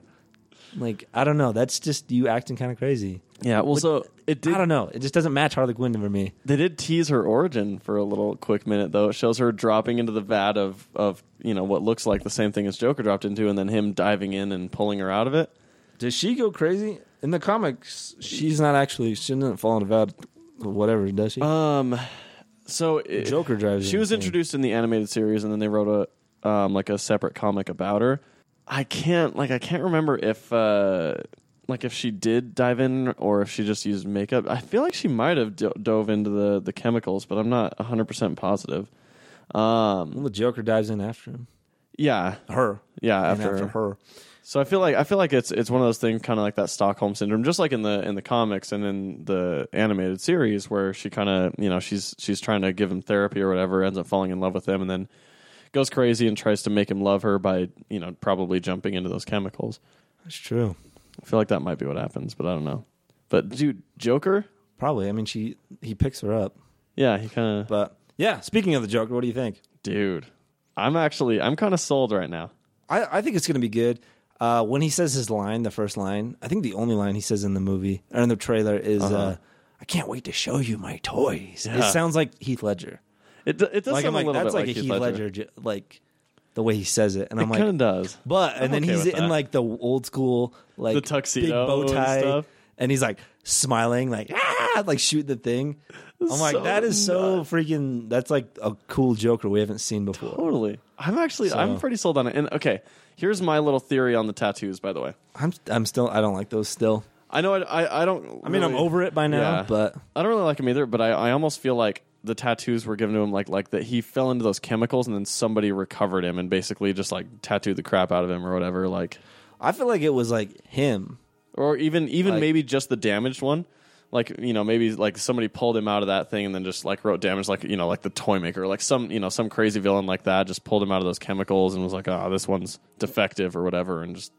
[SPEAKER 1] Like I don't know. That's just you acting kind of crazy.
[SPEAKER 2] yeah. Well, so it did
[SPEAKER 1] I don't know. It just doesn't match Harley Quinn for me.
[SPEAKER 2] They did tease her origin for a little quick minute, though. It shows her dropping into the vat of, of you know what looks like the same thing as Joker dropped into, and then him diving in and pulling her out of it.
[SPEAKER 1] Does she go crazy in the comics? She's not actually. She doesn't fall in a vat. Whatever does she?
[SPEAKER 2] Um, so it,
[SPEAKER 1] Joker drives
[SPEAKER 2] She
[SPEAKER 1] in,
[SPEAKER 2] was
[SPEAKER 1] yeah.
[SPEAKER 2] introduced in the animated series, and then they wrote a um, like a separate comic about her. I can't like I can't remember if uh, like if she did dive in or if she just used makeup. I feel like she might have do- dove into the the chemicals, but I'm not 100 percent positive. Um,
[SPEAKER 1] well, the Joker dives in after him.
[SPEAKER 2] yeah,
[SPEAKER 1] Her.
[SPEAKER 2] yeah,
[SPEAKER 1] And
[SPEAKER 2] after,
[SPEAKER 1] after her.
[SPEAKER 2] So I feel like I feel like it's it's one of those things, kind of like that Stockholm syndrome, just like in the in the comics and in the animated series, where she kind of you know she's she's trying to give him therapy or whatever, ends up falling in love with him, and then goes crazy and tries to make him love her by you know probably jumping into those chemicals.
[SPEAKER 1] That's true.
[SPEAKER 2] I feel like that might be what happens, but I don't know. But dude, Joker,
[SPEAKER 1] Probably. I mean, she he picks her up.
[SPEAKER 2] yeah, he kind of
[SPEAKER 1] But yeah, speaking of the Joker, what do you think?
[SPEAKER 2] dude. I'm actually I'm kind of sold right now.
[SPEAKER 1] I, I think it's going to be good. Uh, when he says his line, the first line, I think the only line he says in the movie or in the trailer is, uh "I can't wait to show you my toys." It
[SPEAKER 2] Yeah.
[SPEAKER 1] sounds like Heath Ledger.
[SPEAKER 2] It d- it does
[SPEAKER 1] Like
[SPEAKER 2] sound
[SPEAKER 1] I'm like
[SPEAKER 2] a little
[SPEAKER 1] that's
[SPEAKER 2] bit
[SPEAKER 1] like,
[SPEAKER 2] like
[SPEAKER 1] a Heath Ledger, jo- like the way he says it, and I'm
[SPEAKER 2] It
[SPEAKER 1] like,
[SPEAKER 2] kind of does.
[SPEAKER 1] But and
[SPEAKER 2] I'm
[SPEAKER 1] then
[SPEAKER 2] okay
[SPEAKER 1] he's
[SPEAKER 2] with
[SPEAKER 1] in
[SPEAKER 2] that.
[SPEAKER 1] like the old school like
[SPEAKER 2] The tuxedo
[SPEAKER 1] big bow tie,
[SPEAKER 2] and stuff.
[SPEAKER 1] and he's like smiling, like ah, like shoot the thing. I'm like,
[SPEAKER 2] so
[SPEAKER 1] that is so freaking. That's like a cool Joker we haven't seen before.
[SPEAKER 2] Totally. I'm actually I'm pretty sold on it. And okay, here's my little theory on the tattoos. By the way,
[SPEAKER 1] I'm I'm still I don't like those still.
[SPEAKER 2] I know I I, I don't.
[SPEAKER 1] I mean, I'm over it by now,
[SPEAKER 2] Yeah.
[SPEAKER 1] but
[SPEAKER 2] I don't really like him either. But I, I almost feel like the tattoos were given to him like like that he fell into those chemicals and then somebody recovered him and basically just like tattooed the crap out of him or whatever. Like
[SPEAKER 1] I feel like it was like him.
[SPEAKER 2] or even even
[SPEAKER 1] Like-
[SPEAKER 2] maybe just the damaged one. Like you know, maybe like somebody pulled him out of that thing and then just like wrote damage, like you know, like the toy maker, like some you know some crazy villain like that just pulled him out of those chemicals and was like, oh, this one's defective or whatever, and just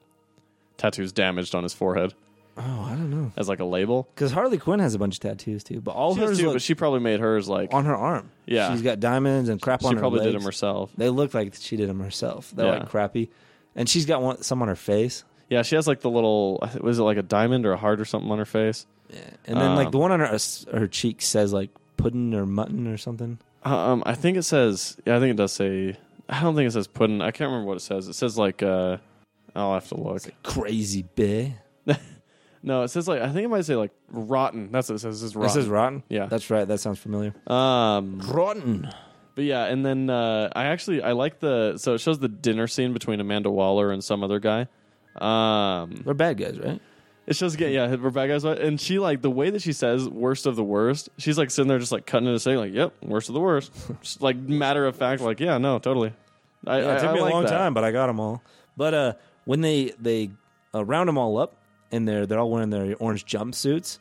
[SPEAKER 2] tattoos damaged on his forehead
[SPEAKER 1] Oh, I don't know.
[SPEAKER 2] as like a label.
[SPEAKER 1] Because Harley Quinn has a bunch of tattoos too, but all
[SPEAKER 2] She
[SPEAKER 1] hers
[SPEAKER 2] has two,
[SPEAKER 1] look
[SPEAKER 2] but she probably made hers like
[SPEAKER 1] on her arm.
[SPEAKER 2] Yeah.
[SPEAKER 1] she's got diamonds and crap
[SPEAKER 2] she
[SPEAKER 1] on her
[SPEAKER 2] probably did
[SPEAKER 1] legs.
[SPEAKER 2] them herself.
[SPEAKER 1] They look like she did them herself. They're
[SPEAKER 2] Yeah.
[SPEAKER 1] like crappy. And she's got one some on her face.
[SPEAKER 2] Yeah, she has like the little I thi- was it like a diamond or a heart or something on her face.
[SPEAKER 1] And then like
[SPEAKER 2] Um,
[SPEAKER 1] the one on her her cheek says like pudding or mutton or something.
[SPEAKER 2] Um, I think it says. Yeah, I think it does say. I don't think it says pudding. I can't remember what it says. It says like. uh I'll have to look.
[SPEAKER 1] Crazy bear.
[SPEAKER 2] No, it says like. I think it might say like rotten. That's what it says. It says rotten.
[SPEAKER 1] This is rotten.
[SPEAKER 2] Yeah.
[SPEAKER 1] that's right. That sounds familiar.
[SPEAKER 2] um.
[SPEAKER 1] Rotten.
[SPEAKER 2] But yeah, and then uh, I actually I like the so it shows the dinner scene between Amanda Waller and some other guy. Um,
[SPEAKER 1] They're bad guys, right?
[SPEAKER 2] it shows again, yeah, Rebecca guys, and she like the way that she says "worst of the worst." She's like sitting there, just like cutting it and saying, like, "Yep, worst of the worst," just like matter of fact, like, yeah, no, totally. I,
[SPEAKER 1] Yeah,
[SPEAKER 2] I-
[SPEAKER 1] it took
[SPEAKER 2] I
[SPEAKER 1] me a
[SPEAKER 2] like
[SPEAKER 1] long
[SPEAKER 2] that.
[SPEAKER 1] time, but I got them all. But uh, when they they uh, round them all up, and they're they're all wearing their orange jumpsuits.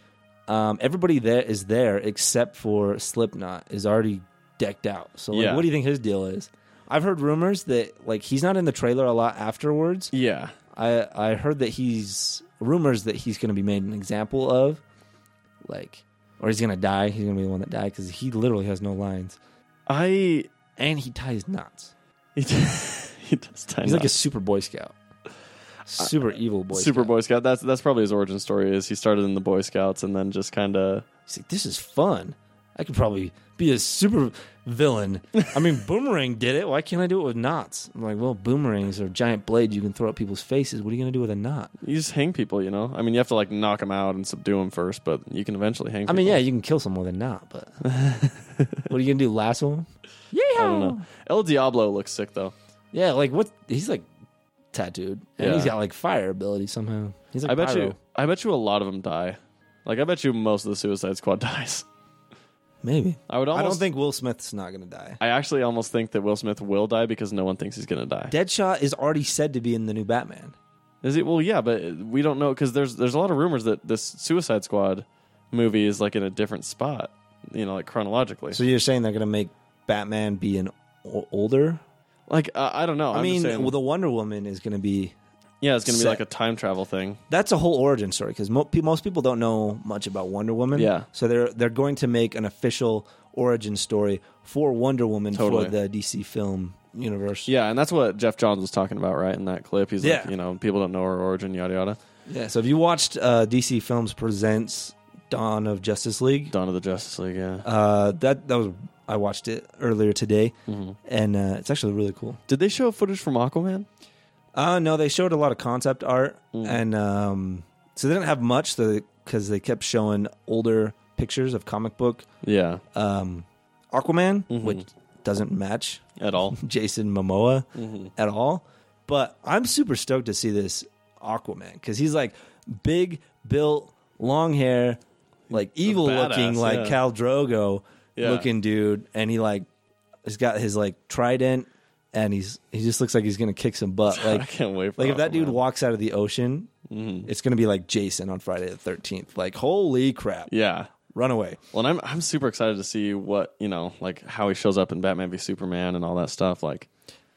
[SPEAKER 1] Um, everybody there is there except for Slipknot is already decked out. So like,
[SPEAKER 2] Yeah.
[SPEAKER 1] what do you think his deal is? I've heard rumors that like he's not in the trailer a lot afterwards.
[SPEAKER 2] Yeah,
[SPEAKER 1] I I heard that he's rumors that he's going to be made an example of, like, or he's going to die. He's going to be the one that died because he literally has no lines
[SPEAKER 2] I
[SPEAKER 1] and he ties knots.
[SPEAKER 2] he, he does tie
[SPEAKER 1] He's like a
[SPEAKER 2] knots.
[SPEAKER 1] super Boy Scout, super evil Boy.
[SPEAKER 2] Uh, super
[SPEAKER 1] Scout.
[SPEAKER 2] Boy Scout. That's that's probably his origin story. Is he started in the Boy Scouts and then just kind of
[SPEAKER 1] He's like, this is fun. I could probably be a super villain. I mean, Boomerang did it. Why can't I do it with knots? I'm like, well, boomerangs are giant blades you can throw at people's faces. What are you going to do with a knot?
[SPEAKER 2] You just hang people, you know. I mean, you have to like knock them out and subdue them first, but you can eventually hang.
[SPEAKER 1] I
[SPEAKER 2] People.
[SPEAKER 1] mean, yeah, you can kill someone with a knot, but what are you going to do? Lasso him?
[SPEAKER 2] I don't know. El Diablo looks sick though.
[SPEAKER 1] Yeah, like what? He's like tattooed, and
[SPEAKER 2] Yeah.
[SPEAKER 1] he's got like fire ability somehow. He's like
[SPEAKER 2] I bet
[SPEAKER 1] pyro.
[SPEAKER 2] you. I bet you a lot of them die. Like I bet you most of the Suicide Squad dies.
[SPEAKER 1] maybe.
[SPEAKER 2] I would. Almost,
[SPEAKER 1] I don't think Will Smith's not gonna die.
[SPEAKER 2] I actually almost think that Will Smith will die because no one thinks he's gonna die.
[SPEAKER 1] Deadshot is already said to be in the new Batman.
[SPEAKER 2] Is it? Well, yeah, but we don't know because there's there's a lot of rumors that this Suicide Squad movie is like in a different spot. You know, like chronologically.
[SPEAKER 1] So you're saying they're gonna make Batman be an o- older?
[SPEAKER 2] like uh, I don't know.
[SPEAKER 1] I
[SPEAKER 2] I'm
[SPEAKER 1] mean,
[SPEAKER 2] just saying,
[SPEAKER 1] well, the Wonder Woman is gonna be.
[SPEAKER 2] yeah, it's gonna be
[SPEAKER 1] set-
[SPEAKER 2] like a time travel thing.
[SPEAKER 1] That's a whole origin story because mo- pe- most people don't know much about Wonder Woman.
[SPEAKER 2] Yeah.
[SPEAKER 1] so they're they're going to make an official origin story for Wonder Woman
[SPEAKER 2] Totally.
[SPEAKER 1] for the DC film universe.
[SPEAKER 2] Yeah, and that's what Jeff Johns was talking about, right? In that clip, he's
[SPEAKER 1] Yeah.
[SPEAKER 2] like, you know, people don't know her origin, yada yada.
[SPEAKER 1] yeah. So if you watched uh, DC Films presents Dawn of Justice League,
[SPEAKER 2] Dawn of the Justice League, yeah.
[SPEAKER 1] Uh, that that was I watched it earlier today, and uh, it's actually really cool.
[SPEAKER 2] Did they show footage from Aquaman?
[SPEAKER 1] Uh, no, they showed a lot of concept art, and um, so they didn't have much because they kept showing older pictures of comic book
[SPEAKER 2] Yeah,
[SPEAKER 1] um, Aquaman, which doesn't match
[SPEAKER 2] at all.
[SPEAKER 1] Jason Momoa
[SPEAKER 2] Mm-hmm.
[SPEAKER 1] at all. But I'm super stoked to see this Aquaman because he's like big, built, long hair, like evil looking,
[SPEAKER 2] badass,
[SPEAKER 1] like
[SPEAKER 2] yeah.
[SPEAKER 1] Cal Drogo
[SPEAKER 2] Yeah.
[SPEAKER 1] looking dude, and he like has got his like trident, and he's he just looks like he's gonna kick some butt.
[SPEAKER 2] I
[SPEAKER 1] Like
[SPEAKER 2] can't wait. For
[SPEAKER 1] like if that dude
[SPEAKER 2] Aquaman. Mm-hmm.
[SPEAKER 1] walks out of the ocean, it's gonna be like Jason on Friday the Thirteenth. Like holy crap,
[SPEAKER 2] yeah.
[SPEAKER 1] run away!
[SPEAKER 2] Well, and I'm I'm super excited to see what you know, like how he shows up in Batman v Superman and all that stuff. Like,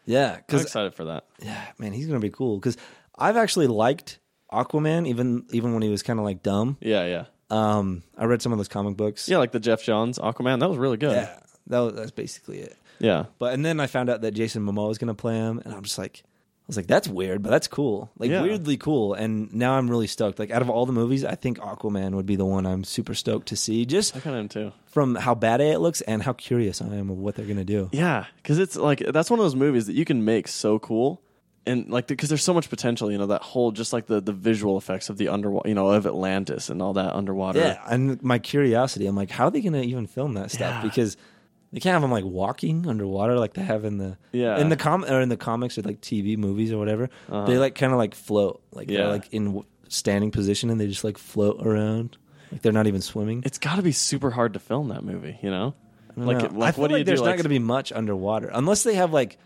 [SPEAKER 1] Yeah,
[SPEAKER 2] I'm
[SPEAKER 1] because
[SPEAKER 2] excited for that.
[SPEAKER 1] yeah, man, he's gonna be cool. Because I've actually liked Aquaman, even even when he was kind of like dumb.
[SPEAKER 2] Yeah, yeah,
[SPEAKER 1] Um, I read some of those comic books.
[SPEAKER 2] yeah. Like the Jeff Johns Aquaman, that was really good.
[SPEAKER 1] yeah, that was, that's basically it.
[SPEAKER 2] yeah.
[SPEAKER 1] But and then I found out that Jason Momoa was gonna play him, and I'm just like, I was like, that's weird, but that's cool, like
[SPEAKER 2] Yeah.
[SPEAKER 1] weirdly cool. And now I'm really stoked. Like out of all the movies, I think Aquaman would be the one I'm super stoked to see, just
[SPEAKER 2] I kind of am too.
[SPEAKER 1] from how bad it looks and how curious I am of what they're gonna do.
[SPEAKER 2] Yeah, because it's like that's one of those movies that you can make so cool, and like because there's so much potential. You know that whole just like the the visual effects of the underwater, you know, of Atlantis and all that underwater.
[SPEAKER 1] Yeah, and my curiosity, I'm like, how are they gonna even film that stuff?
[SPEAKER 2] Yeah.
[SPEAKER 1] Because they can't have them like walking underwater like they have in the
[SPEAKER 2] Yeah. Uh-huh.
[SPEAKER 1] in the com or in the comics or like TV movies or whatever. They like kind of like float, like
[SPEAKER 2] Yeah.
[SPEAKER 1] they're like in w- standing position and they just like float around, like they're not even swimming.
[SPEAKER 2] it's got to be super hard to film that movie. You know, like
[SPEAKER 1] I
[SPEAKER 2] like
[SPEAKER 1] don't know. I feel
[SPEAKER 2] what do
[SPEAKER 1] like
[SPEAKER 2] you do?
[SPEAKER 1] there's not
[SPEAKER 2] like,
[SPEAKER 1] going to be much underwater unless they have like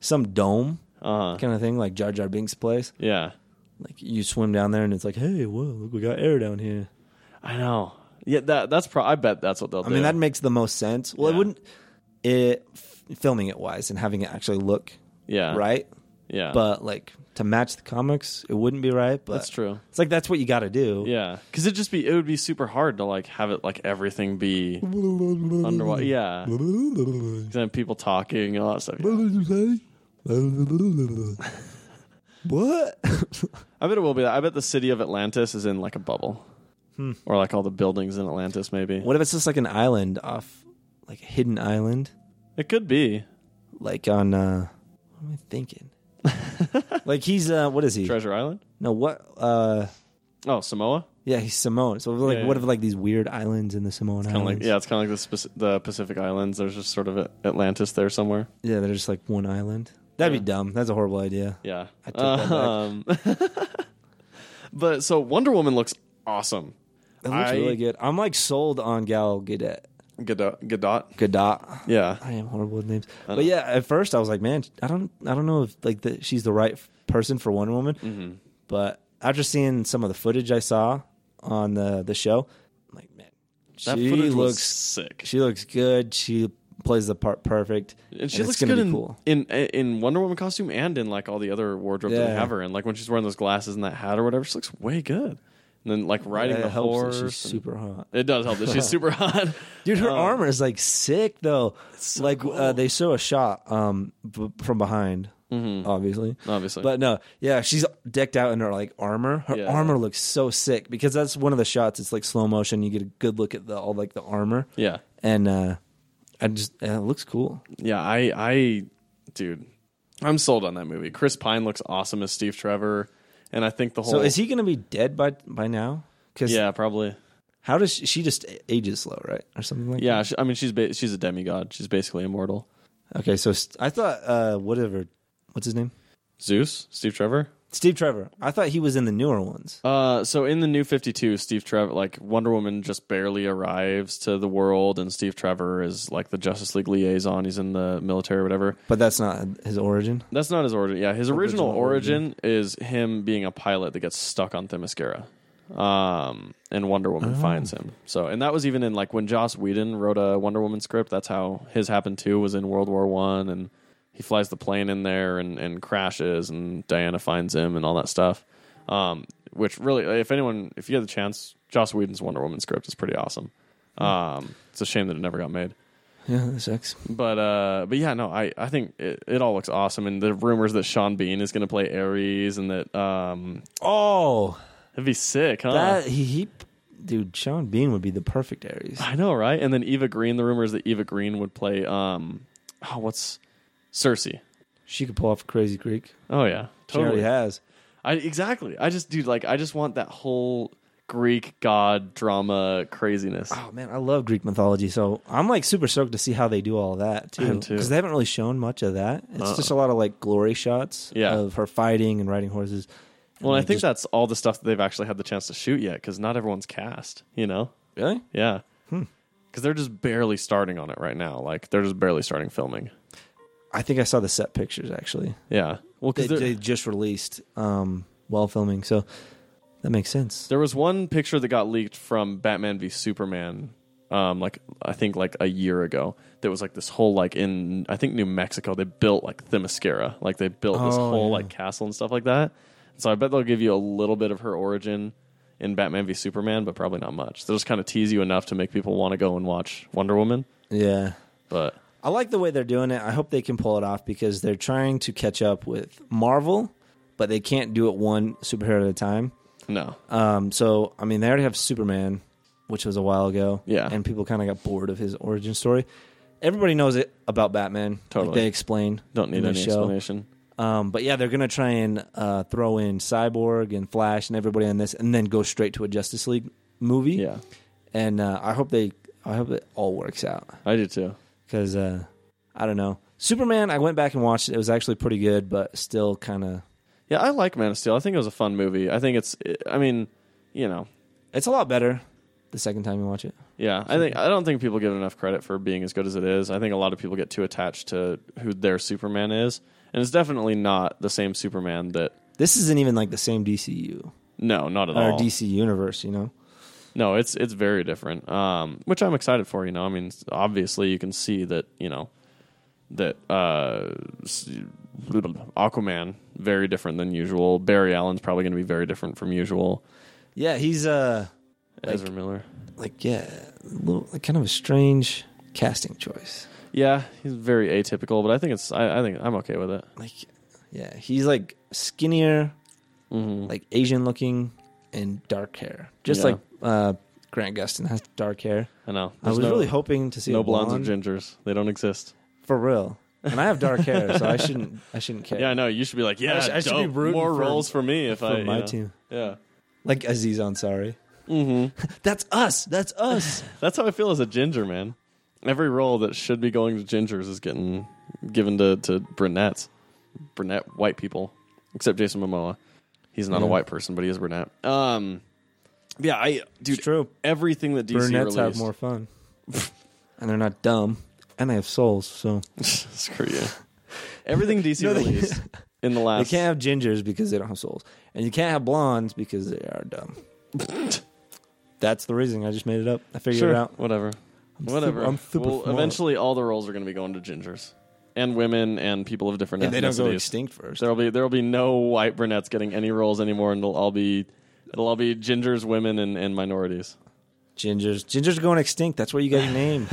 [SPEAKER 1] some dome
[SPEAKER 2] Uh-huh.
[SPEAKER 1] kind of thing, like Jar Jar Binks' place.
[SPEAKER 2] Yeah,
[SPEAKER 1] Like you swim down there and it's like, hey, whoa, look, we got air down here.
[SPEAKER 2] I know. Yeah, that that's pro- I bet that's what they'll
[SPEAKER 1] I
[SPEAKER 2] do.
[SPEAKER 1] mean, that makes the most sense. Well,
[SPEAKER 2] Yeah.
[SPEAKER 1] it wouldn't, it f- filming it wise and having it actually look
[SPEAKER 2] yeah,
[SPEAKER 1] right,
[SPEAKER 2] Yeah,
[SPEAKER 1] but like to match the comics, it wouldn't be right. But
[SPEAKER 2] that's true.
[SPEAKER 1] It's like that's what you got to do.
[SPEAKER 2] Yeah, because it'd just be it would be super hard to like have it like everything be underwater. Yeah, then people talking all that stuff. yeah.
[SPEAKER 1] What?
[SPEAKER 2] I bet it will be. I bet the city of Atlantis is in like a bubble, or like all the buildings in Atlantis. Maybe
[SPEAKER 1] Hmm. what if it's just like an island off, like a hidden island,
[SPEAKER 2] it could be
[SPEAKER 1] like on? uh What am I thinking? like he's uh what is he?
[SPEAKER 2] Treasure Island.
[SPEAKER 1] No, what? uh
[SPEAKER 2] Oh, Samoa.
[SPEAKER 1] Yeah, he's Samoan. So like,
[SPEAKER 2] Yeah,
[SPEAKER 1] what
[SPEAKER 2] yeah.
[SPEAKER 1] if like these weird islands in the Samoan
[SPEAKER 2] Kind of
[SPEAKER 1] Islands?
[SPEAKER 2] like yeah, it's kind of like the, Spec- the Pacific Islands. There's just sort of a- Atlantis there somewhere.
[SPEAKER 1] yeah, they're just like one island. That'd
[SPEAKER 2] Yeah.
[SPEAKER 1] be dumb. That's a horrible idea.
[SPEAKER 2] Yeah. Um,
[SPEAKER 1] I took that back.
[SPEAKER 2] but so Wonder Woman looks awesome.
[SPEAKER 1] It looks
[SPEAKER 2] I-
[SPEAKER 1] really good. I'm like sold on Gal Gadot.
[SPEAKER 2] Gadot. Gadot.
[SPEAKER 1] Gadot.
[SPEAKER 2] Yeah.
[SPEAKER 1] I am horrible with names. But yeah, at first I was like, man, I don't, I don't know if like the, she's the right f- person for Wonder Woman.
[SPEAKER 2] Mm-hmm.
[SPEAKER 1] But after seeing some of the footage I saw on the the show, I'm like, man,
[SPEAKER 2] That
[SPEAKER 1] she
[SPEAKER 2] footage
[SPEAKER 1] looks,
[SPEAKER 2] looks sick.
[SPEAKER 1] she looks good. She plays the part perfect,
[SPEAKER 2] And she
[SPEAKER 1] it's
[SPEAKER 2] looks
[SPEAKER 1] gonna
[SPEAKER 2] good
[SPEAKER 1] be
[SPEAKER 2] in,
[SPEAKER 1] cool.
[SPEAKER 2] in in Wonder Woman costume and in like all the other wardrobe that they
[SPEAKER 1] Yeah.
[SPEAKER 2] have her in. Like when she's wearing those glasses and that hat or whatever, she looks way good. And then like riding
[SPEAKER 1] It
[SPEAKER 2] the
[SPEAKER 1] helps that
[SPEAKER 2] horse.
[SPEAKER 1] She's
[SPEAKER 2] and-
[SPEAKER 1] super hot.
[SPEAKER 2] It does help that she's super hot.
[SPEAKER 1] Dude, her
[SPEAKER 2] Um,
[SPEAKER 1] armor is like sick though. like uh, they show a shot um b- from behind, obviously.
[SPEAKER 2] Mm-hmm. Obviously.
[SPEAKER 1] But no, yeah, she's decked out in her like armor. Her
[SPEAKER 2] Yeah.
[SPEAKER 1] armor looks so sick because that's one of the shots. It's like slow motion. You get a good look at the all like the armor.
[SPEAKER 2] yeah.
[SPEAKER 1] And uh I just yeah, it looks cool.
[SPEAKER 2] Yeah, I I dude, I'm sold on that movie. Chris Pine looks awesome as Steve Trevor. And I think the whole
[SPEAKER 1] So is he going to be dead by by now? Cuz
[SPEAKER 2] Yeah, probably.
[SPEAKER 1] how does she, she just ages slow, right? Or something like
[SPEAKER 2] Yeah, she, I mean she's ba- she's a demigod. She's basically immortal.
[SPEAKER 1] that? Okay, so st- I thought uh whatever what's his name?
[SPEAKER 2] Zeus, Steve Trevor.
[SPEAKER 1] Steve Trevor. I thought he was in the newer ones.
[SPEAKER 2] Uh, so in the new 52, Steve Trevor, like Wonder Woman just barely arrives to the world, and Steve Trevor is like the Justice League liaison. He's in the military or whatever.
[SPEAKER 1] But that's not his origin.
[SPEAKER 2] That's not his origin. Yeah, his original,
[SPEAKER 1] Original
[SPEAKER 2] origin, is him being a pilot that gets stuck on Themyscira. Um, and Wonder Woman finds him. So, and that was even in like when Joss Whedon wrote a Wonder Woman script. That's how his happened too. Was in World War One, and he flies the plane in there and and crashes, and Diana finds him and all that stuff. Um, which really, if anyone, if you get the chance, Joss Whedon's Wonder Woman script is pretty awesome. Um, it's a shame that it never got made.
[SPEAKER 1] Yeah, that sucks.
[SPEAKER 2] But uh, but yeah, no, I, I think it, it all looks awesome, and the rumors that Sean Bean is going to play Ares, and that um,
[SPEAKER 1] Oh,
[SPEAKER 2] it'd be sick, huh?
[SPEAKER 1] that he, he, dude, Sean Bean would be the perfect Aries.
[SPEAKER 2] I know, right? And then Eva Green, the rumors that Eva Green would play um, oh, what's Cersei?
[SPEAKER 1] She could pull off Crazy Creek.
[SPEAKER 2] Oh yeah,
[SPEAKER 1] She already
[SPEAKER 2] totally.
[SPEAKER 1] has.
[SPEAKER 2] I exactly. I just dude, like I just want that whole Greek god drama craziness.
[SPEAKER 1] Oh man, I love Greek mythology, so I'm like super stoked to see how they do all that
[SPEAKER 2] I
[SPEAKER 1] too.
[SPEAKER 2] am, too. Uh-uh.
[SPEAKER 1] Because they haven't really shown much of that. It's just a lot of like glory shots
[SPEAKER 2] Yeah.
[SPEAKER 1] of her fighting and riding horses.
[SPEAKER 2] well, I
[SPEAKER 1] like,
[SPEAKER 2] think
[SPEAKER 1] just-
[SPEAKER 2] that's all the stuff that they've actually had the chance to shoot yet, because not everyone's cast. You know.
[SPEAKER 1] Really?
[SPEAKER 2] Yeah.
[SPEAKER 1] Hmm.
[SPEAKER 2] Because they're just barely starting on it right now. Like they're just barely starting filming.
[SPEAKER 1] I think I saw the set pictures actually.
[SPEAKER 2] Yeah. Well,
[SPEAKER 1] They,
[SPEAKER 2] because there,
[SPEAKER 1] they just released um, while filming, so that makes sense.
[SPEAKER 2] there was one picture that got leaked from Batman v Superman. Um, like I think like a year ago, that was like this whole like in I think New Mexico they built like Themyscira, like they built this
[SPEAKER 1] Oh,
[SPEAKER 2] whole
[SPEAKER 1] yeah.
[SPEAKER 2] like castle and stuff like that. So I bet they'll give you a little bit of her origin in Batman v Superman, but probably not much. They'll just kind of tease you enough to make people want to go and watch Wonder Woman.
[SPEAKER 1] Yeah.
[SPEAKER 2] But
[SPEAKER 1] I like the way they're doing it. I hope they can pull it off because they're trying to catch up with Marvel, but they can't do it one superhero at a time.
[SPEAKER 2] no,
[SPEAKER 1] Um, so, I mean, they already have Superman, which was a while ago.
[SPEAKER 2] Yeah.
[SPEAKER 1] And people kind of got bored of his origin story. Everybody knows it about Batman.
[SPEAKER 2] Totally.
[SPEAKER 1] Like they explain.
[SPEAKER 2] don't
[SPEAKER 1] in
[SPEAKER 2] need
[SPEAKER 1] the
[SPEAKER 2] any
[SPEAKER 1] show.
[SPEAKER 2] explanation.
[SPEAKER 1] Um, but yeah, they're going to try and uh, throw in Cyborg and Flash and everybody on this and then go straight to a Justice League movie.
[SPEAKER 2] Yeah,
[SPEAKER 1] And uh, I hope they, I hope it all works out
[SPEAKER 2] I do too.
[SPEAKER 1] because uh, I don't know. Superman, I went back and watched it. It was actually pretty good, but still kind of.
[SPEAKER 2] Yeah, I like Man of Steel. I think it was a fun movie. I think it's. I mean, you know,
[SPEAKER 1] It's a lot better the second time you watch it.
[SPEAKER 2] yeah. I think I don't think people give it enough credit for being as good as it is. I think a lot of people get too attached to who their Superman is, and it's definitely not the same Superman that.
[SPEAKER 1] This isn't even like the same DCU
[SPEAKER 2] No, not at
[SPEAKER 1] or
[SPEAKER 2] all.
[SPEAKER 1] DC universe, you know.
[SPEAKER 2] No, it's it's very different. Um, which I'm excited for. You know, I mean, obviously you can see that you know that uh, s- Aquaman very different than usual. Barry Allen's probably going to be very different from usual.
[SPEAKER 1] Yeah, he's uh Like-
[SPEAKER 2] Ezra Miller.
[SPEAKER 1] like yeah, a little, like, kind of a strange casting choice.
[SPEAKER 2] Yeah, he's very atypical, but I think it's I, I think I'm okay with it.
[SPEAKER 1] Like Yeah, he's like skinnier,
[SPEAKER 2] Mm-hmm.
[SPEAKER 1] like Asian looking, and dark hair. Just
[SPEAKER 2] Yeah.
[SPEAKER 1] like uh, Grant Gustin has dark hair.
[SPEAKER 2] I know.
[SPEAKER 1] I was really hoping to see
[SPEAKER 2] no
[SPEAKER 1] a blonde,
[SPEAKER 2] blondes or gingers. They don't exist.
[SPEAKER 1] for real. And I have dark hair, so I shouldn't. I shouldn't care.
[SPEAKER 2] Yeah, I know. You should be like, yeah,
[SPEAKER 1] I should- I should be
[SPEAKER 2] dope.
[SPEAKER 1] rooting
[SPEAKER 2] more
[SPEAKER 1] for-
[SPEAKER 2] roles for me if
[SPEAKER 1] for
[SPEAKER 2] I you
[SPEAKER 1] my
[SPEAKER 2] know.
[SPEAKER 1] team.
[SPEAKER 2] Yeah,
[SPEAKER 1] Like Aziz Ansari. Mm-hmm. That's us. That's us.
[SPEAKER 2] that's how I feel as a ginger man. Every role that should be going to gingers is getting given to to brunettes, brunette white people, except Jason Momoa. He's not a
[SPEAKER 1] Yeah.
[SPEAKER 2] white person, but he is brunette. Um, yeah, I dude,
[SPEAKER 1] It's true.
[SPEAKER 2] everything that DC
[SPEAKER 1] Brunettes
[SPEAKER 2] released.
[SPEAKER 1] have more fun, and they're not dumb, and they have souls. So
[SPEAKER 2] Screw you. Everything DC
[SPEAKER 1] No, they-
[SPEAKER 2] released in the
[SPEAKER 1] they
[SPEAKER 2] last
[SPEAKER 1] can't have gingers because they don't have souls, and you can't have blondes because they are dumb. That's the reason. I just made it up. I figured
[SPEAKER 2] Sure,
[SPEAKER 1] it out.
[SPEAKER 2] Whatever.
[SPEAKER 1] I'm
[SPEAKER 2] Whatever.
[SPEAKER 1] Super, I'm super
[SPEAKER 2] well,
[SPEAKER 1] smart.
[SPEAKER 2] eventually, all the roles are going to be going to gingers and women and people of different
[SPEAKER 1] If they don't go
[SPEAKER 2] ethnicities.
[SPEAKER 1] extinct first.
[SPEAKER 2] there'll be there'll be no white brunettes getting any roles anymore, and they'll all be it'll all be gingers, women, and, and minorities.
[SPEAKER 1] Gingers. Gingers are going extinct. That's where you got your name.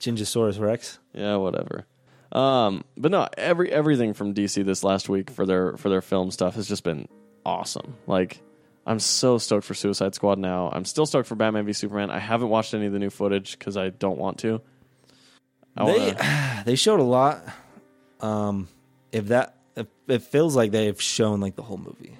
[SPEAKER 1] Gingersaurus Rex.
[SPEAKER 2] Yeah, whatever. Um, but no, every everything from DC this last week for their for their film stuff has just been awesome. Like, I'm so stoked for Suicide Squad now. I'm still stoked for Batman v Superman. I haven't watched any of the new footage because I don't want to. I
[SPEAKER 1] they
[SPEAKER 2] wanna-
[SPEAKER 1] they showed a lot. Um, if that if, it feels like they've shown like the whole movie,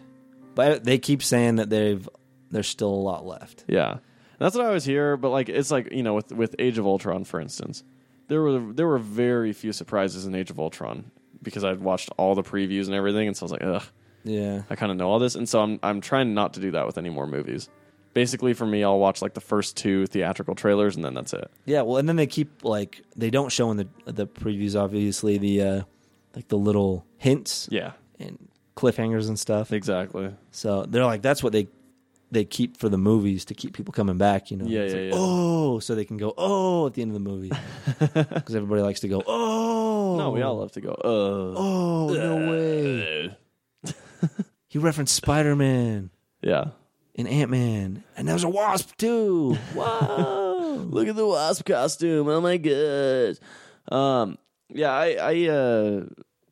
[SPEAKER 1] but they keep saying that they've there's still a lot left.
[SPEAKER 2] Yeah, that's what I always hear. But like, it's like you know, with with Age of Ultron, for instance, there were there were very few surprises in Age of Ultron because I'd watched all the previews and everything, and so I was like, ugh,
[SPEAKER 1] Yeah,
[SPEAKER 2] I kind of know all this, and so I'm I'm trying not to do that with any more movies. Basically, for me, I'll watch like the first two theatrical trailers, and then that's it.
[SPEAKER 1] yeah. Well, and then they keep like they don't show in the the previews obviously the uh like the little hints
[SPEAKER 2] Yeah,
[SPEAKER 1] and cliffhangers and stuff.
[SPEAKER 2] exactly.
[SPEAKER 1] So they're like that's what they they keep for the movies to keep people coming back. You know,
[SPEAKER 2] Yeah,
[SPEAKER 1] It's
[SPEAKER 2] yeah,
[SPEAKER 1] like,
[SPEAKER 2] yeah.
[SPEAKER 1] Oh, so they can go oh at the end of the movie because everybody likes to go oh.
[SPEAKER 2] No, we all love to go. Uh,
[SPEAKER 1] Oh no way. He referenced Spider Man
[SPEAKER 2] yeah.
[SPEAKER 1] and Ant Man, and there was a wasp too.
[SPEAKER 2] Whoa! Look at the wasp costume. Oh my gosh. Um, yeah, I, I, uh,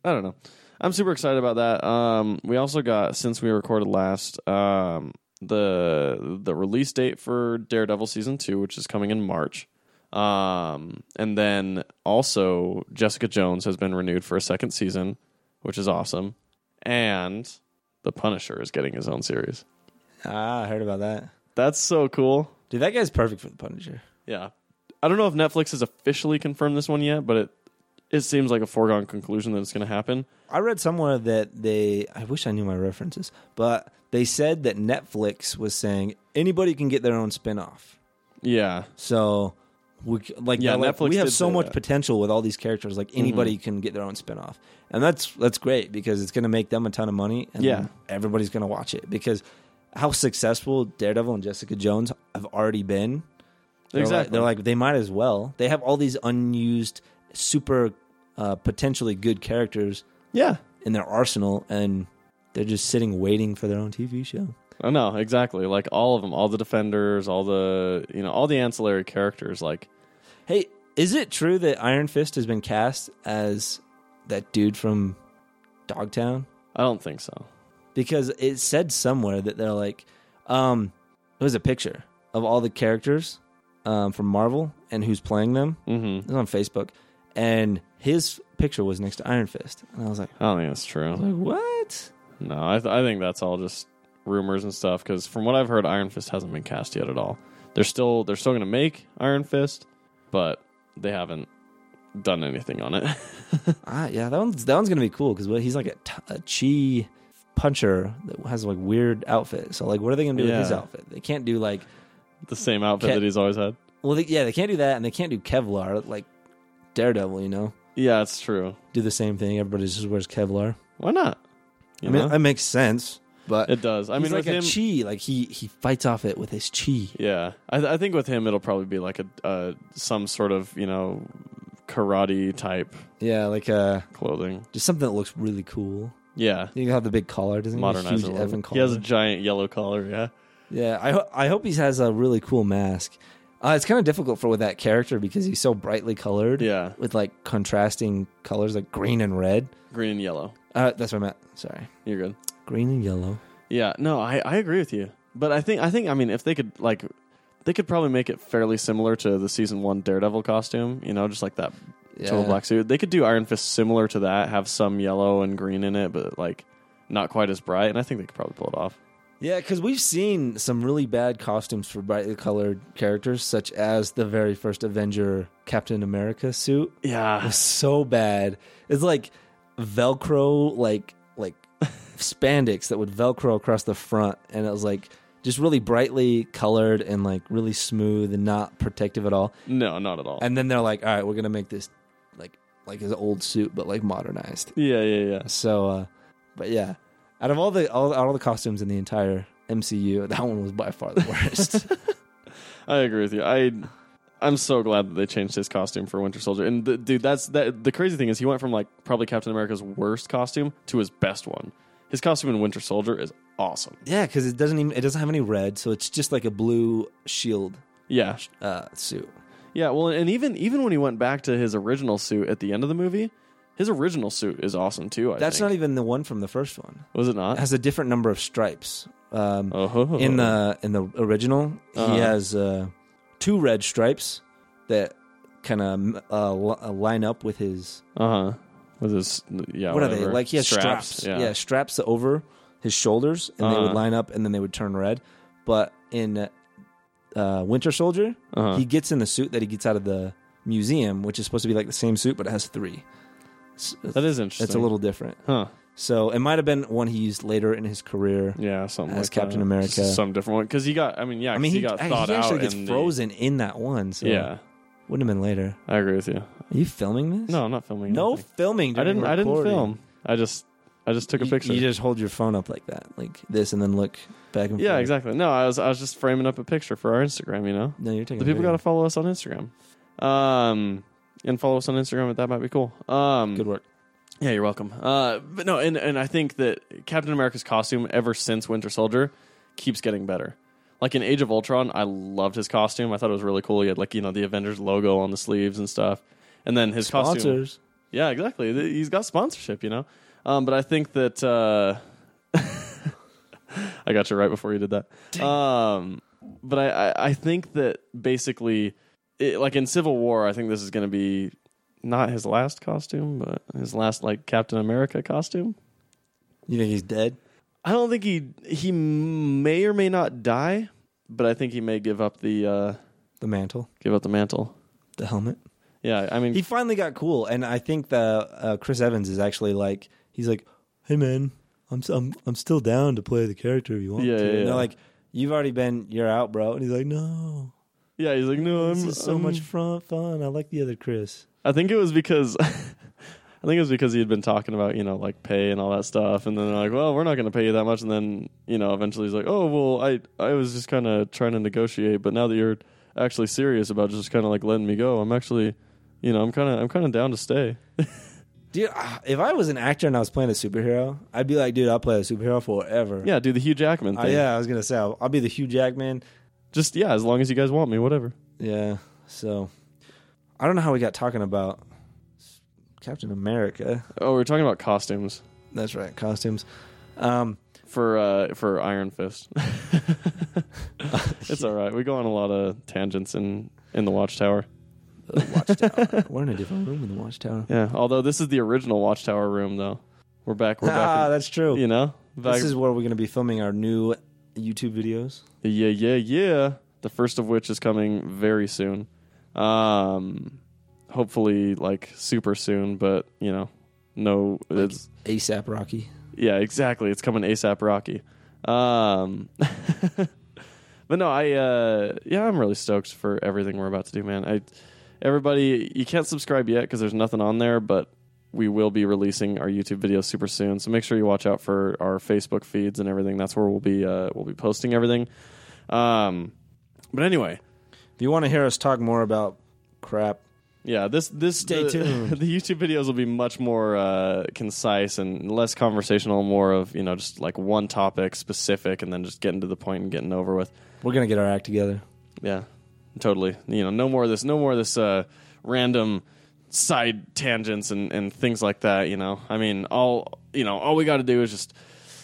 [SPEAKER 2] I don't know. I'm super excited about that. Um, we also got since we recorded last, um, the the release date for Daredevil season two, which is coming in March. Um, and then also Jessica Jones has been renewed for a second season, which is awesome. And the Punisher is getting his own series.
[SPEAKER 1] ah, I heard about that.
[SPEAKER 2] That's so cool.
[SPEAKER 1] Dude, that guy's perfect for the Punisher.
[SPEAKER 2] Yeah. I don't know if Netflix has officially confirmed this one yet, but it it seems like a foregone conclusion that it's going to happen.
[SPEAKER 1] I read somewhere that they, I wish I knew my references, but they said that Netflix was saying anybody can get their own spinoff.
[SPEAKER 2] Yeah.
[SPEAKER 1] So, we, c- like,
[SPEAKER 2] Yeah,
[SPEAKER 1] they're like,
[SPEAKER 2] Netflix
[SPEAKER 1] we
[SPEAKER 2] did
[SPEAKER 1] have so
[SPEAKER 2] say
[SPEAKER 1] much
[SPEAKER 2] that. Mm-hmm.
[SPEAKER 1] potential with all these characters. Like, anybody can get their own spinoff. And that's that's great because it's going to make them a ton of money. And
[SPEAKER 2] Yeah.
[SPEAKER 1] everybody's going to watch it because how successful Daredevil and Jessica Jones have already been. They're
[SPEAKER 2] Exactly.
[SPEAKER 1] Like, they're like they might as well. They have all these unused, super uh, potentially good characters
[SPEAKER 2] Yeah.
[SPEAKER 1] in their arsenal, and they're just sitting waiting for their own TV show.
[SPEAKER 2] I know, exactly. Like all of them, all the defenders, all the, you know, all the ancillary characters like
[SPEAKER 1] Hey, is it true that Iron Fist has been cast as that dude from Dogtown?
[SPEAKER 2] I don't think so.
[SPEAKER 1] Because it said somewhere that they're like, um, it was a picture of all the characters um, from Marvel and who's playing them.
[SPEAKER 2] Mhm.
[SPEAKER 1] It was on Facebook, and his picture was next to Iron Fist, and I was like.
[SPEAKER 2] I don't think that's true.
[SPEAKER 1] Like what?
[SPEAKER 2] No, I th- I think that's all just rumors and stuff cuz from what I've heard Iron Fist hasn't been cast yet at all. They're still they're still going to make Iron Fist, but they haven't done anything on it.
[SPEAKER 1] Ah, yeah, that one's that one's gonna be cool because he's like a, t- a chi puncher that has like weird outfit. So like, what are they gonna do
[SPEAKER 2] Yeah.
[SPEAKER 1] with his outfit? They can't do like,
[SPEAKER 2] the same outfit
[SPEAKER 1] Ca-
[SPEAKER 2] that he's always had.
[SPEAKER 1] well, they, yeah, they can't do that, and they can't do Kevlar like Daredevil. You know,
[SPEAKER 2] Yeah, it's true.
[SPEAKER 1] do the same thing. Everybody just wears Kevlar.
[SPEAKER 2] Why not? You
[SPEAKER 1] I mean,
[SPEAKER 2] know?
[SPEAKER 1] that makes sense, but
[SPEAKER 2] it does. I mean,
[SPEAKER 1] he's like
[SPEAKER 2] with
[SPEAKER 1] a
[SPEAKER 2] him,
[SPEAKER 1] chi. Like he he fights off it with his chi.
[SPEAKER 2] yeah. I, th- I think with him, it'll probably be like a uh, some sort of you know karate type
[SPEAKER 1] Yeah, like uh,
[SPEAKER 2] clothing.
[SPEAKER 1] just something that looks really cool.
[SPEAKER 2] Yeah,
[SPEAKER 1] You have the big collar, doesn't he?
[SPEAKER 2] modernize
[SPEAKER 1] Huge
[SPEAKER 2] it. a little
[SPEAKER 1] effing
[SPEAKER 2] bit.
[SPEAKER 1] collar.
[SPEAKER 2] He has a giant yellow collar. Yeah,
[SPEAKER 1] Yeah, I ho- I hope he has a really cool mask. Uh, it's kind of difficult for with that character because he's so brightly colored.
[SPEAKER 2] Yeah.
[SPEAKER 1] With like contrasting colors like green and red.
[SPEAKER 2] Green and yellow.
[SPEAKER 1] Uh, that's what I meant. Sorry.
[SPEAKER 2] You're good.
[SPEAKER 1] Green and yellow.
[SPEAKER 2] Yeah, no, I, I agree with you. But I think I think I mean if they could like they could probably make it fairly similar to the season one Daredevil costume, you know, just like that total
[SPEAKER 1] Yeah.
[SPEAKER 2] black suit. They could do Iron Fist similar to that, have some yellow and green in it, but like not quite as bright, and I think they could probably pull it off.
[SPEAKER 1] Yeah, because we've seen some really bad costumes for brightly colored characters, such as the very first Avenger Captain America suit.
[SPEAKER 2] Yeah.
[SPEAKER 1] was so bad. It's like Velcro, like like spandex that would Velcro across the front, and it was like just really brightly colored and like really smooth and not protective at all.
[SPEAKER 2] No, not at all.
[SPEAKER 1] And then they're like, all right, we're gonna make this like like his old suit, but like modernized.
[SPEAKER 2] yeah, yeah, yeah.
[SPEAKER 1] So, uh, but yeah, out of all the all, all the costumes in the entire MCU, that one was by far the worst.
[SPEAKER 2] I agree with you. I I'm so glad that they changed his costume for Winter Soldier. And th dude, that's that. The crazy thing is, he went from like probably Captain America's worst costume to his best one. His costume in Winter Soldier is awesome.
[SPEAKER 1] yeah, because it doesn't even it doesn't have any red, so it's just like a blue shield
[SPEAKER 2] Yeah,
[SPEAKER 1] uh, suit.
[SPEAKER 2] yeah. Well, and even even when he went back to his original suit at the end of the movie, his original suit is awesome too. I
[SPEAKER 1] That's
[SPEAKER 2] think.
[SPEAKER 1] not even the one from the first one.
[SPEAKER 2] was it
[SPEAKER 1] It
[SPEAKER 2] not?
[SPEAKER 1] has a different number of stripes. Um,
[SPEAKER 2] Oh,
[SPEAKER 1] In the in the original,
[SPEAKER 2] Uh-huh.
[SPEAKER 1] he has uh, two red stripes that kind of uh, li- uh, line up with his.
[SPEAKER 2] uh huh. With his yeah.
[SPEAKER 1] what are
[SPEAKER 2] whatever.
[SPEAKER 1] they like? He has straps.
[SPEAKER 2] Yeah.
[SPEAKER 1] Yeah. straps over his shoulders, and they
[SPEAKER 2] Uh-huh.
[SPEAKER 1] would line up, and then they would turn red. But in uh, Winter Soldier,
[SPEAKER 2] Uh-huh.
[SPEAKER 1] he gets in the suit that he gets out of the museum, which is supposed to be like the same suit, but it has three. uh, It's-
[SPEAKER 2] that is interesting.
[SPEAKER 1] it's a little different.
[SPEAKER 2] huh?
[SPEAKER 1] So it might have been one he used later in his career.
[SPEAKER 2] Yeah, something
[SPEAKER 1] As
[SPEAKER 2] like
[SPEAKER 1] Captain
[SPEAKER 2] that.
[SPEAKER 1] America.
[SPEAKER 2] Just some different one because he got. I mean, yeah,
[SPEAKER 1] I mean,
[SPEAKER 2] 'cause
[SPEAKER 1] he,
[SPEAKER 2] he, got
[SPEAKER 1] I- he
[SPEAKER 2] thawed out
[SPEAKER 1] actually gets
[SPEAKER 2] in the-
[SPEAKER 1] frozen in that one. So
[SPEAKER 2] Yeah,
[SPEAKER 1] wouldn't have been later.
[SPEAKER 2] I agree with you.
[SPEAKER 1] Are you filming this?
[SPEAKER 2] No, I'm not filming.
[SPEAKER 1] no
[SPEAKER 2] anything.
[SPEAKER 1] filming.
[SPEAKER 2] I
[SPEAKER 1] during
[SPEAKER 2] didn't. I didn't
[SPEAKER 1] recording.
[SPEAKER 2] film. I just, I just took a
[SPEAKER 1] You-
[SPEAKER 2] picture.
[SPEAKER 1] You, just hold your phone up like that, like this, and then look back and
[SPEAKER 2] yeah,
[SPEAKER 1] forth.
[SPEAKER 2] exactly. No, I was, I was just framing up a picture for our Instagram. You know,
[SPEAKER 1] No, you're taking.
[SPEAKER 2] the
[SPEAKER 1] a
[SPEAKER 2] people
[SPEAKER 1] video.
[SPEAKER 2] got to follow us on Instagram, um, and follow us on Instagram. At that might be cool. Um,
[SPEAKER 1] good work.
[SPEAKER 2] Yeah, you're welcome. Uh, but no, and and I think that Captain America's costume ever since Winter Soldier keeps getting better. Like in Age of Ultron, I loved his costume. I thought it was really cool. He had like you know the Avengers logo on the sleeves and stuff. And then his costume,
[SPEAKER 1] Sponsors.
[SPEAKER 2] Yeah, exactly. Th- He's got sponsorship, you know. Um, but I think that uh, I got you right before you did that. Um, but I, I, I think that basically, it, like in Civil War, I think this is going to be not his last costume, but his last like Captain America costume.
[SPEAKER 1] You think he's dead?
[SPEAKER 2] I don't think he he may or may not die, but I think he may give up the uh,
[SPEAKER 1] The mantle,
[SPEAKER 2] give up the mantle.
[SPEAKER 1] the helmet.
[SPEAKER 2] Yeah, I mean,
[SPEAKER 1] He finally got cool, and I think the uh, Chris Evans is actually like he's like, hey man, I'm s- I'm I'm still down to play the character if you want
[SPEAKER 2] Yeah,
[SPEAKER 1] to.
[SPEAKER 2] yeah,
[SPEAKER 1] and
[SPEAKER 2] yeah.
[SPEAKER 1] They're like, you've already been, you're out, bro. And he's like, no,
[SPEAKER 2] yeah, he's like, no, I'm
[SPEAKER 1] this is so
[SPEAKER 2] I'm-
[SPEAKER 1] much fun. Fun. I like the other Chris.
[SPEAKER 2] I think it was because I think it was because he had been talking about, you know, like pay and all that stuff and then they're like, "Well, we're not going to pay you that much." And then, you know, eventually he's like, "Oh, well, I I was just kind of trying to negotiate, but now that you're actually serious about just kind of like letting me go, I'm actually, you know, I'm kind of I'm kind of down to stay."
[SPEAKER 1] Dude, ah, if I was an actor and I was playing a superhero, I'd be like, dude, I'll play a superhero forever.
[SPEAKER 2] Yeah, do the Hugh Jackman
[SPEAKER 1] Ah,
[SPEAKER 2] thing.
[SPEAKER 1] yeah. I was gonna say I'll, I'll be the Hugh Jackman.
[SPEAKER 2] Just yeah, as long as you guys want me, whatever.
[SPEAKER 1] Yeah. So, I don't know how we got talking about Captain America.
[SPEAKER 2] Oh, we we're talking about costumes
[SPEAKER 1] That's right, costumes. Um,
[SPEAKER 2] for uh for Iron Fist. it's all right. We go on a lot of tangents in in the Watchtower.
[SPEAKER 1] the Watchtower. We're in a different room in the Watchtower.
[SPEAKER 2] Yeah, although this is the original Watchtower room, though. We're back. We're
[SPEAKER 1] ah,
[SPEAKER 2] back.
[SPEAKER 1] that's true.
[SPEAKER 2] in- you know, back,
[SPEAKER 1] this is where we're gonna be filming our new YouTube videos.
[SPEAKER 2] yeah, yeah, yeah. The first of which is coming very soon. Um, hopefully, like super soon, but you know, no, it's
[SPEAKER 1] ASAP Rocky.
[SPEAKER 2] yeah, exactly. It's coming ASAP, Rocky. Um, but no, I uh, yeah, I'm really stoked for everything we're about to do, man. I everybody, you can't subscribe yet because there's nothing on there, but we will be releasing our YouTube videos super soon. So make sure you watch out for our Facebook feeds and everything. That's where we'll be uh, we'll be posting everything. Um, but anyway,
[SPEAKER 1] If you want to hear us talk more about crap,
[SPEAKER 2] yeah, this this
[SPEAKER 1] Stay
[SPEAKER 2] the,
[SPEAKER 1] tuned.
[SPEAKER 2] The YouTube videos will be much more uh, concise and less conversational, more of you know just like one topic specific, and then just getting to the point and getting over with.
[SPEAKER 1] we're gonna get our act together.
[SPEAKER 2] Yeah, Totally. You know, no more of this. No more of this uh, random side tangents and, and things like that. You know, I mean, all you know, all we got to do is just,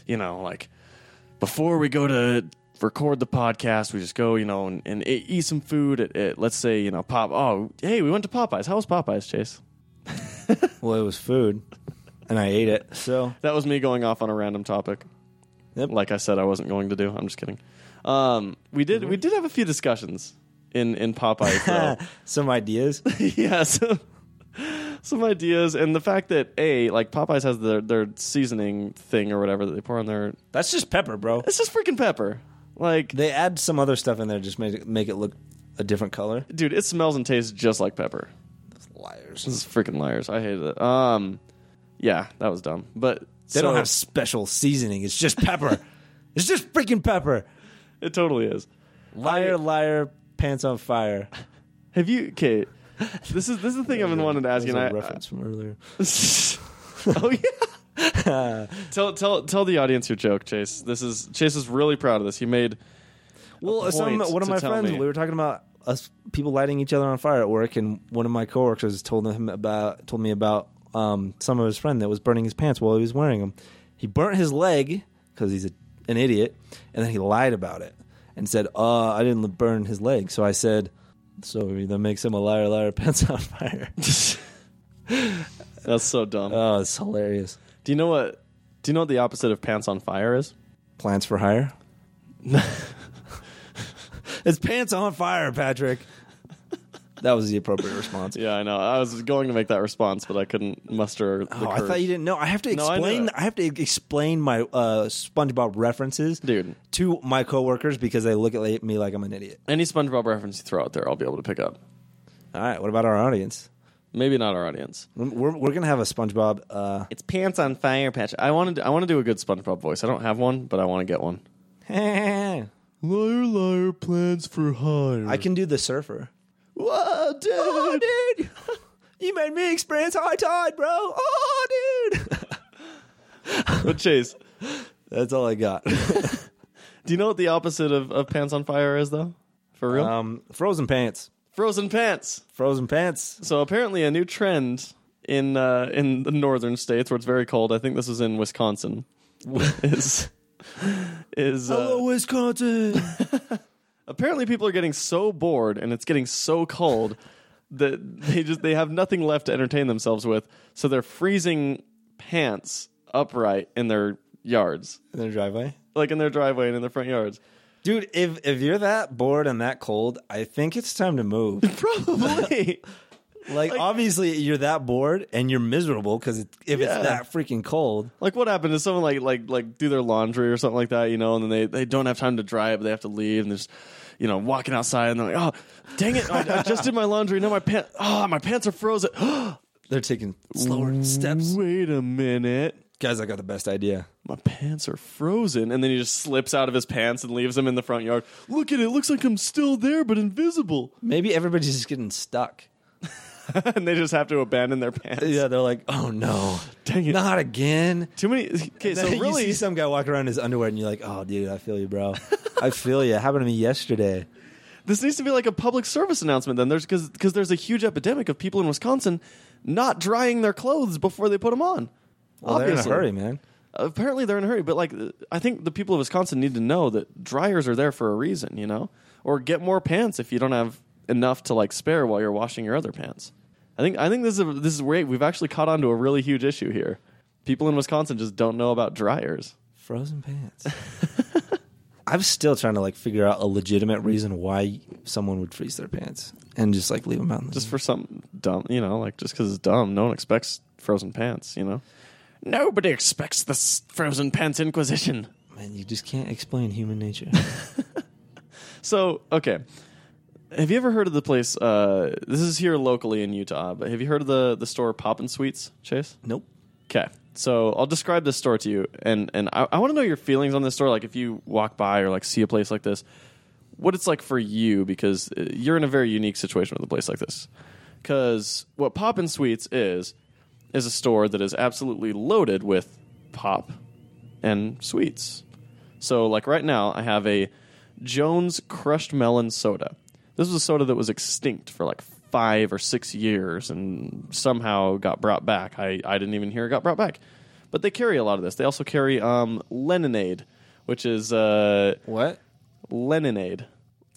[SPEAKER 2] you know, like before we go to record the podcast, we just go, you know, and, and eat eat some food at, at let's say, you know, Pop. Oh, hey, we went to Popeyes. How was Popeyes, Chase?
[SPEAKER 1] Well, it was food, and I ate it. So
[SPEAKER 2] That was me going off on a random topic.
[SPEAKER 1] Yep.
[SPEAKER 2] Like I said, I wasn't going to do. I'm just kidding. Um, we did
[SPEAKER 1] Mm-hmm.
[SPEAKER 2] we did have a few discussions in in Popeyes though.
[SPEAKER 1] Uh, some ideas.
[SPEAKER 2] yeah, so, some ideas, and the fact that a like Popeyes has their their seasoning thing or whatever that they pour on their
[SPEAKER 1] That's just pepper, bro.
[SPEAKER 2] it's just freaking pepper. Like,
[SPEAKER 1] They add some other stuff in there just make it, make it look a different color.
[SPEAKER 2] dude, it smells and tastes just like pepper.
[SPEAKER 1] Liars.
[SPEAKER 2] This is freaking liars. I hate it. Um, yeah, that was dumb. But
[SPEAKER 1] They don't have special seasoning. It's just pepper. it's just freaking pepper.
[SPEAKER 2] it totally is.
[SPEAKER 1] Liar, liar, pants on fire.
[SPEAKER 2] Have you, Kate? This is this is the thing I've been wanting to ask you.
[SPEAKER 1] That was
[SPEAKER 2] and
[SPEAKER 1] a
[SPEAKER 2] I-
[SPEAKER 1] reference from earlier.
[SPEAKER 2] oh yeah. tell tell tell the audience your joke, Chase. This is Chase is really proud of this. He made
[SPEAKER 1] Well, some,
[SPEAKER 2] point
[SPEAKER 1] one of
[SPEAKER 2] to
[SPEAKER 1] my
[SPEAKER 2] tell
[SPEAKER 1] friends,
[SPEAKER 2] me.
[SPEAKER 1] we were talking about us people lighting each other on fire at work, and one of my coworkers told him about told me about um, some of his friend that was burning his pants while he was wearing them. He burnt his leg because he's a, an idiot, and then he lied about it and said, "Uh, I didn't burn his leg." So I said, "So that makes him a liar, liar, pants on fire."
[SPEAKER 2] that's so dumb.
[SPEAKER 1] oh, it's hilarious.
[SPEAKER 2] do you know what? Do you know what the opposite of pants on fire is?
[SPEAKER 1] Plants for hire. it's pants on fire, Patrick. Oh, That was the appropriate response.
[SPEAKER 2] Yeah, I know. I was going to make that response, but I couldn't muster. The
[SPEAKER 1] Oh, I thought
[SPEAKER 2] courage.
[SPEAKER 1] you didn't know. I have to
[SPEAKER 2] No, I knew
[SPEAKER 1] explain.
[SPEAKER 2] it.
[SPEAKER 1] I, have to explain my uh, SpongeBob references,
[SPEAKER 2] Dude.
[SPEAKER 1] to my coworkers because they look at me like I'm an idiot.
[SPEAKER 2] Any SpongeBob reference you throw out there, I'll be able to pick up.
[SPEAKER 1] All right, what about our audience?
[SPEAKER 2] Maybe not our audience.
[SPEAKER 1] We're we're gonna have a SpongeBob. Uh,
[SPEAKER 2] It's pants on fire, Patch. I wanted. I want to do a good SpongeBob voice. I don't have one, but I want to get one.
[SPEAKER 1] I
[SPEAKER 2] Liar, liar, plans for hire.
[SPEAKER 1] can do the surfer.
[SPEAKER 2] Whoa, dude.
[SPEAKER 1] Oh, dude, you made me experience high tide, bro. Oh, dude,
[SPEAKER 2] But Chase,
[SPEAKER 1] that's all I got.
[SPEAKER 2] do you know what the opposite of, of pants on fire is, though? For real,
[SPEAKER 1] um, frozen pants.
[SPEAKER 2] frozen pants.
[SPEAKER 1] Frozen pants.
[SPEAKER 2] So apparently, a new trend in uh, in the northern states where it's very cold. I think this was in Wisconsin. is is uh,
[SPEAKER 1] Wisconsin.
[SPEAKER 2] apparently people are getting so bored and it's getting so cold that they just they have nothing left to entertain themselves with. So they're freezing pants upright in their yards,
[SPEAKER 1] In their driveway.
[SPEAKER 2] like in their driveway and in their front yards.
[SPEAKER 1] Dude, if if you're that bored and that cold, I think it's time to move.
[SPEAKER 2] Probably.
[SPEAKER 1] Like, obviously you're that bored and you're miserable because if
[SPEAKER 2] Yeah.
[SPEAKER 1] it's that freaking cold,
[SPEAKER 2] Like what happened is someone like like like do their laundry or something like that, you know, and then they, they don't have time to dry it, but they have to leave and they're just you know walking outside and they're like, oh dang it, I, I just did my laundry, now my pants oh my pants are frozen.
[SPEAKER 1] they're taking slower steps.
[SPEAKER 2] Wait a minute,
[SPEAKER 1] Guys, I got the best idea.
[SPEAKER 2] my pants are frozen, and then he just slips out of his pants and leaves them in the front yard. Look at it, looks like I'm still there but invisible,
[SPEAKER 1] Maybe everybody's just getting stuck.
[SPEAKER 2] and they just have to abandon their pants.
[SPEAKER 1] Yeah, they're like, oh no,
[SPEAKER 2] Dang it.
[SPEAKER 1] not again.
[SPEAKER 2] Too many. Okay, so
[SPEAKER 1] So
[SPEAKER 2] really,
[SPEAKER 1] you see some guy walk around in his underwear and you're like, oh dude, I feel you, bro. I feel you. It happened to me yesterday.
[SPEAKER 2] this needs to be like a public service announcement then there's because there's a huge epidemic of people in wisconsin not drying their clothes before they put them on
[SPEAKER 1] Well, they're in a hurry, man.
[SPEAKER 2] apparently they're in a hurry but like i think the people of wisconsin need to know that dryers are there for a reason you know or get more pants if you don't have enough to like spare while you're washing your other pants i think i think this is a, this is great we've actually caught on to a really huge issue here people in wisconsin just don't know about dryers
[SPEAKER 1] Frozen pants. I'm still trying to like figure out a legitimate reason why someone would freeze their pants and just like leave them out. In the
[SPEAKER 2] just for something dumb, you know, like just because it's dumb, no one expects frozen pants, you know. Nobody expects this frozen pants inquisition.
[SPEAKER 1] Man, you just can't explain human nature.
[SPEAKER 2] So, okay, have you ever heard of the place? Uh, this is here locally in Utah, but have you heard of the the store Poppin' Sweets, Chase?
[SPEAKER 1] nope.
[SPEAKER 2] Okay, so I'll describe this store to you, and and I, I want to know your feelings on this store. Like, if you walk by or like see a place like this, what it's like for you because uh, you're in a very unique situation with a place like this. Because what Poppin' Sweets is is a store that is absolutely loaded with pop and sweets. So, like right now, I have a Jones Crushed Melon Soda. This was a soda that was extinct for like five or six years and somehow got brought back. I, I didn't even hear it got brought back. But they carry a lot of this. They also carry um, Leninade, which is uh,
[SPEAKER 1] What?
[SPEAKER 2] Leninade.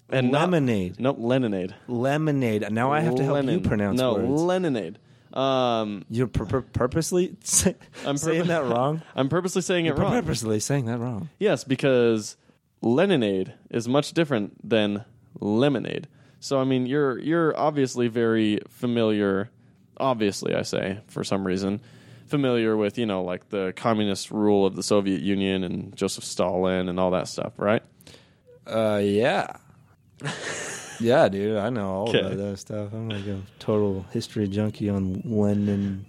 [SPEAKER 2] And not-
[SPEAKER 1] Lemonade.
[SPEAKER 2] nope, Leninade.
[SPEAKER 1] Lemonade. Now I have to help you
[SPEAKER 2] Lenin.
[SPEAKER 1] pronounce
[SPEAKER 2] no,
[SPEAKER 1] words.
[SPEAKER 2] Leninade. Um,
[SPEAKER 1] You're pur- pur- purposely say-
[SPEAKER 2] I'm
[SPEAKER 1] saying
[SPEAKER 2] purpo-
[SPEAKER 1] that wrong.
[SPEAKER 2] I'm purposely saying it wrong.
[SPEAKER 1] Purposely saying that wrong.
[SPEAKER 2] Yes, because Leninade is much different than lemonade. So I mean, you're you're obviously very familiar. Obviously, I say for some reason, familiar with you know like the communist rule of the Soviet Union and Joseph Stalin and all that stuff, right?
[SPEAKER 1] Uh, yeah. yeah, dude, I know all
[SPEAKER 2] Okay.
[SPEAKER 1] about that stuff. I'm like a total history junkie on Lenin and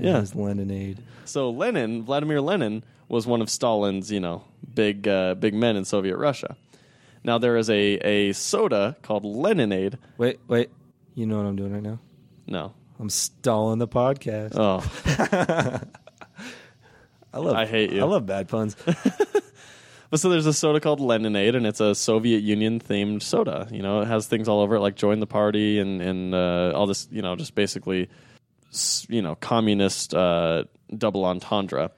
[SPEAKER 2] Yeah.
[SPEAKER 1] his Leninade.
[SPEAKER 2] So Lenin, Vladimir Lenin, was one of Stalin's, you know, big uh, big men in Soviet Russia. Now there is a a soda called Leninade.
[SPEAKER 1] Wait, wait. You know what I'm doing right now?
[SPEAKER 2] No,
[SPEAKER 1] I'm stalling the podcast.
[SPEAKER 2] oh,
[SPEAKER 1] I love.
[SPEAKER 2] I hate
[SPEAKER 1] I
[SPEAKER 2] you.
[SPEAKER 1] love bad puns.
[SPEAKER 2] But so there's a soda called Leninade, and it's a Soviet Union themed soda. You know, it has things all over it, like join the party and and uh, all this. You know, just basically, s- you know, communist uh, double entendre.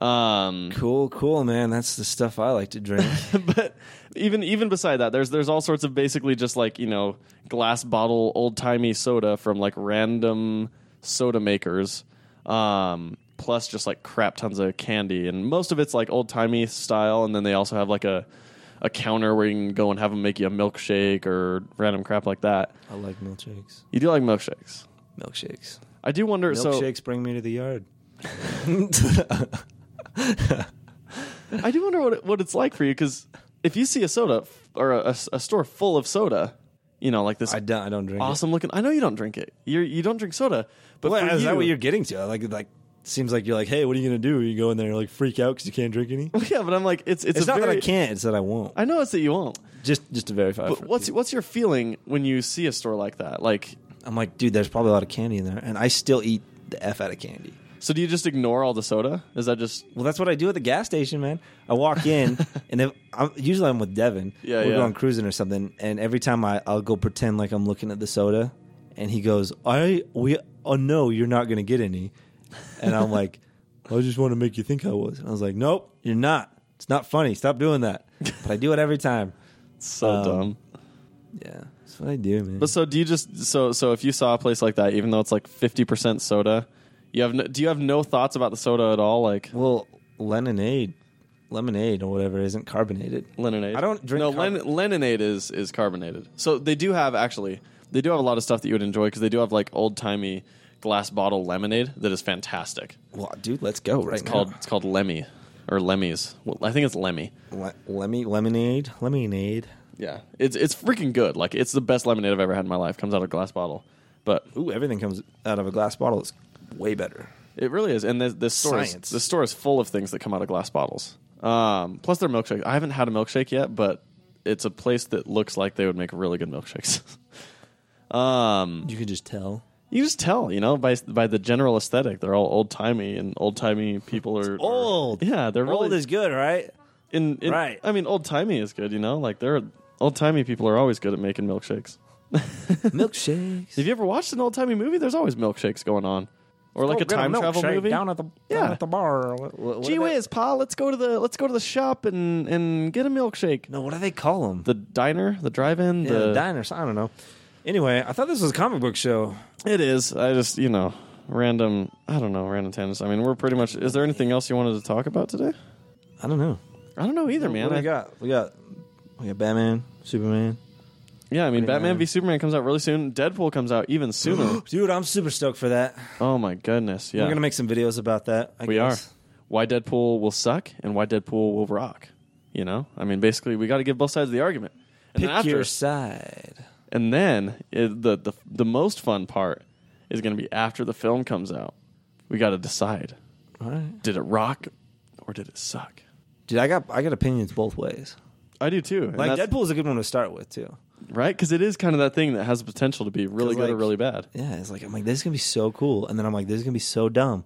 [SPEAKER 2] Um,
[SPEAKER 1] cool, cool, man. That's the stuff I like to drink.
[SPEAKER 2] but even even beside that, there's there's all sorts of basically just like you know glass bottle old timey soda from like random soda makers, um, plus just like crap tons of candy, and most of it's like old timey style, and then they also have like a a counter where you can go and have them make you a milkshake or random crap like that.
[SPEAKER 1] I like milkshakes.
[SPEAKER 2] You do like milkshakes.
[SPEAKER 1] Milkshakes.
[SPEAKER 2] I do wonder.
[SPEAKER 1] Milkshakes bring me to the yard.
[SPEAKER 2] So I do wonder what it, what it's like for you because if you see a soda f- or a, a s- a store full of soda, you know, like this
[SPEAKER 1] I don't. I don't drink. it.
[SPEAKER 2] awesome looking. I know you don't drink it. You you don't drink soda, but
[SPEAKER 1] Well,
[SPEAKER 2] for
[SPEAKER 1] is
[SPEAKER 2] you,
[SPEAKER 1] that what you're getting to? Like, like seems like you're like, hey, what are you gonna do? You go in there and like freak out because you can't drink any. It's,
[SPEAKER 2] yeah. But I'm like, it's it's, a
[SPEAKER 1] not that
[SPEAKER 2] very-
[SPEAKER 1] I can't. It's that I won't.
[SPEAKER 2] I know it's that you won't.
[SPEAKER 1] just, just to verify.
[SPEAKER 2] But
[SPEAKER 1] for-
[SPEAKER 2] what's what's your feeling when you see a store like that? Like,
[SPEAKER 1] I'm like, dude, there's probably a lot of candy in there, and I still eat the f out of candy.
[SPEAKER 2] so do you just ignore all the soda? Is that just
[SPEAKER 1] Well, that's what I do at the gas station, man. I walk in, and if I'm, usually I'm with Devin.
[SPEAKER 2] Yeah,
[SPEAKER 1] we're
[SPEAKER 2] yeah.
[SPEAKER 1] going cruising or something, and every time I, I'll go pretend like I'm looking at the soda, and he goes, "I we oh no, you're not gonna get any," and I'm like, "I just want to make you think I was," and I was like, "Nope, you're not. It's not funny. Stop doing that." But I do it every time.
[SPEAKER 2] so
[SPEAKER 1] Um,
[SPEAKER 2] dumb?
[SPEAKER 1] Yeah, that's what I do, man.
[SPEAKER 2] But so do you just so so if you saw a place like that, even though it's like fifty percent soda, you have no, do you have no thoughts about the soda at all? Like
[SPEAKER 1] Well, lemonade, lemonade or whatever isn't carbonated.
[SPEAKER 2] lemonade?
[SPEAKER 1] I don't drink
[SPEAKER 2] No,
[SPEAKER 1] carb-
[SPEAKER 2] len- lemonade is is carbonated. So they do have actually they do have a lot of stuff that you would enjoy because they do have like old timey glass bottle lemonade that is fantastic.
[SPEAKER 1] Well, dude, let's go right
[SPEAKER 2] It's
[SPEAKER 1] now.
[SPEAKER 2] called it's called Lemmy or Lemmy's. Well, I think it's Lemmy.
[SPEAKER 1] Le- lemmy lemonade, lemonade.
[SPEAKER 2] Yeah, it's it's freaking good. Like it's the best lemonade I've ever had in my life. Comes out of a glass bottle, but
[SPEAKER 1] Ooh, everything comes out of a glass bottle. It's way better.
[SPEAKER 2] it really is. And this, this store is,
[SPEAKER 1] Science.
[SPEAKER 2] this store is full of things that come out of glass bottles. Um, plus their milkshake. I haven't had a milkshake yet, but it's a place that looks like they would make really good milkshakes. um,
[SPEAKER 1] You can just tell.
[SPEAKER 2] you just tell, you know, by by the general aesthetic, they're all old timey, and old timey people are are-
[SPEAKER 1] old.
[SPEAKER 2] yeah, they're
[SPEAKER 1] Old
[SPEAKER 2] really,
[SPEAKER 1] is good, right?
[SPEAKER 2] in, in-
[SPEAKER 1] Right.
[SPEAKER 2] I mean, old timey is good. You know, like they're old timey people are always good at making milkshakes.
[SPEAKER 1] Milkshakes.
[SPEAKER 2] Have you ever watched an old timey movie? There's always milkshakes going on, or
[SPEAKER 1] Oh,
[SPEAKER 2] like a time travel movie.
[SPEAKER 3] down at the
[SPEAKER 2] Yeah.
[SPEAKER 3] down at the bar. What- what-
[SPEAKER 2] Gee whiz, Pa, let's go to the let's go to the shop and and get a milkshake.
[SPEAKER 1] No, what do they call them?
[SPEAKER 2] The diner, the drive-in,
[SPEAKER 1] yeah, the diners. I don't know. Anyway, I thought this was a comic book show.
[SPEAKER 2] It is. I just you know random. I don't know random tangents. I mean, we're pretty much. Is there anything else you wanted to talk about today?
[SPEAKER 1] I don't know.
[SPEAKER 2] I don't know either, man.
[SPEAKER 1] what do
[SPEAKER 2] I-
[SPEAKER 1] we got? We got we got Batman, Superman.
[SPEAKER 2] Yeah, I mean, Batman
[SPEAKER 1] man.
[SPEAKER 2] v Superman comes out really soon. Deadpool comes out even sooner.
[SPEAKER 1] Dude, I'm super stoked for that.
[SPEAKER 2] oh my goodness! Yeah,
[SPEAKER 1] We're gonna make some videos about that. I
[SPEAKER 2] We are.
[SPEAKER 1] guess.
[SPEAKER 2] Why Deadpool will suck and why Deadpool will rock. You know, I mean, basically, we got to give both sides of the argument. And
[SPEAKER 1] Pick
[SPEAKER 2] then after,
[SPEAKER 1] your side.
[SPEAKER 2] and then it, the the the most fun part is going to be after the film comes out. We got to decide:
[SPEAKER 1] All right,
[SPEAKER 2] did it rock or did it suck?
[SPEAKER 1] dude. I got I got opinions both ways.
[SPEAKER 2] I do too. and
[SPEAKER 1] Like
[SPEAKER 2] that's-
[SPEAKER 1] Deadpool's a good one to start with too.
[SPEAKER 2] right? Because it is kind of that thing that has the potential to be really
[SPEAKER 1] 'Cause,
[SPEAKER 2] good or
[SPEAKER 1] like-
[SPEAKER 2] really bad.
[SPEAKER 1] Yeah, it's like I'm like this is gonna be so cool, and then I'm like this is gonna be so dumb.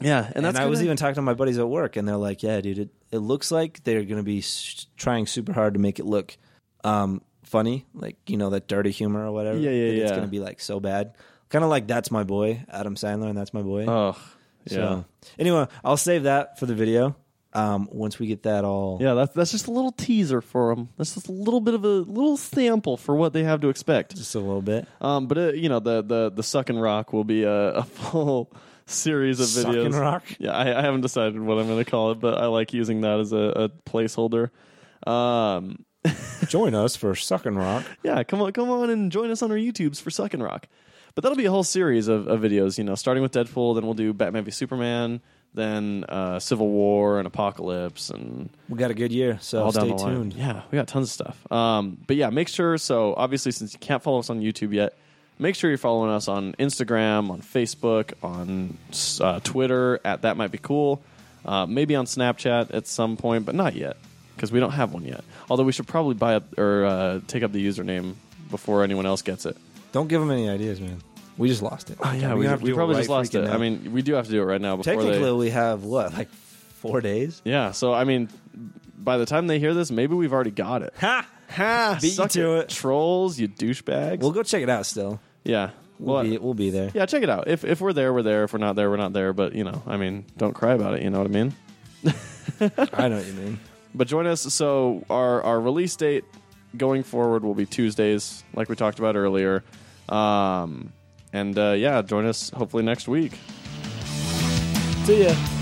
[SPEAKER 2] Yeah, and
[SPEAKER 1] And,
[SPEAKER 2] that's
[SPEAKER 1] I was
[SPEAKER 2] kinda-
[SPEAKER 1] even talking to my buddies at work, and they're like, "Yeah, dude, it, it looks like they're gonna be s trying super hard to make it look um, funny, like you know that dirty humor or whatever.
[SPEAKER 2] Yeah, yeah,
[SPEAKER 1] that It's
[SPEAKER 2] yeah.
[SPEAKER 1] gonna be like so bad, kind of like that's my boy, Adam Sandler, and that's my boy.
[SPEAKER 2] Ugh. Oh, Yeah.
[SPEAKER 1] So anyway, I'll save that for the video. Um, once we get that all,
[SPEAKER 2] Yeah, that's that's just a little teaser for them. That's just a little bit of a little sample for what they have to expect.
[SPEAKER 1] just a little bit.
[SPEAKER 2] Um, but uh, you know, the the the suck and rock will be a, a full series of
[SPEAKER 1] Suck
[SPEAKER 2] videos.
[SPEAKER 1] and rock.
[SPEAKER 2] Yeah, I, I haven't decided what I'm going to call it, but I like using that as a, a placeholder. Um,
[SPEAKER 3] Join us for Suckin' Rock.
[SPEAKER 2] yeah, come on, come on, and join us on our YouTubes for Suck and Rock. But that'll be a whole series of, of videos. You know, starting with Deadpool, then we'll do Batman v Superman, then uh, Civil War and Apocalypse, and
[SPEAKER 1] We got a good year, so
[SPEAKER 2] all down
[SPEAKER 1] stay
[SPEAKER 2] the line.
[SPEAKER 1] tuned.
[SPEAKER 2] Yeah, we got tons of stuff. Um, but yeah, make sure. So obviously, since you can't follow us on YouTube yet, make sure you're following us on Instagram, on Facebook, on uh, Twitter at That Might Be Cool. Uh, maybe on Snapchat at some point, but not yet because we don't have one yet. Although we should probably buy up or uh, take up the username before anyone else gets it.
[SPEAKER 1] Don't give them any ideas, man. We just lost it.
[SPEAKER 2] Oh yeah,
[SPEAKER 1] We're
[SPEAKER 2] we,
[SPEAKER 1] gonna have to
[SPEAKER 2] we
[SPEAKER 1] do it
[SPEAKER 2] probably
[SPEAKER 1] right
[SPEAKER 2] just lost
[SPEAKER 1] freaking
[SPEAKER 2] it.
[SPEAKER 1] now.
[SPEAKER 2] I mean, we do have to do it right now. Before
[SPEAKER 1] technically,
[SPEAKER 2] they,
[SPEAKER 1] we have what, like four days?
[SPEAKER 2] yeah. So I mean, by the time they hear this, maybe we've already got it.
[SPEAKER 1] Ha!
[SPEAKER 2] Ha!
[SPEAKER 1] Beat you
[SPEAKER 2] Suck
[SPEAKER 1] to it.
[SPEAKER 2] trolls, you douchebags.
[SPEAKER 1] We'll go check it out. Still,
[SPEAKER 2] yeah,
[SPEAKER 1] we'll,
[SPEAKER 2] Well,
[SPEAKER 1] be, we'll be there.
[SPEAKER 2] yeah, check it out. If if we're there, we're there. If we're not there, we're not there. But you know, I mean, don't cry about it. You know what I mean.
[SPEAKER 1] I know what you mean.
[SPEAKER 2] But join us. So our our release date going forward will be Tuesdays, like we talked about earlier. Um, and uh, yeah, join us hopefully next week.
[SPEAKER 1] See ya.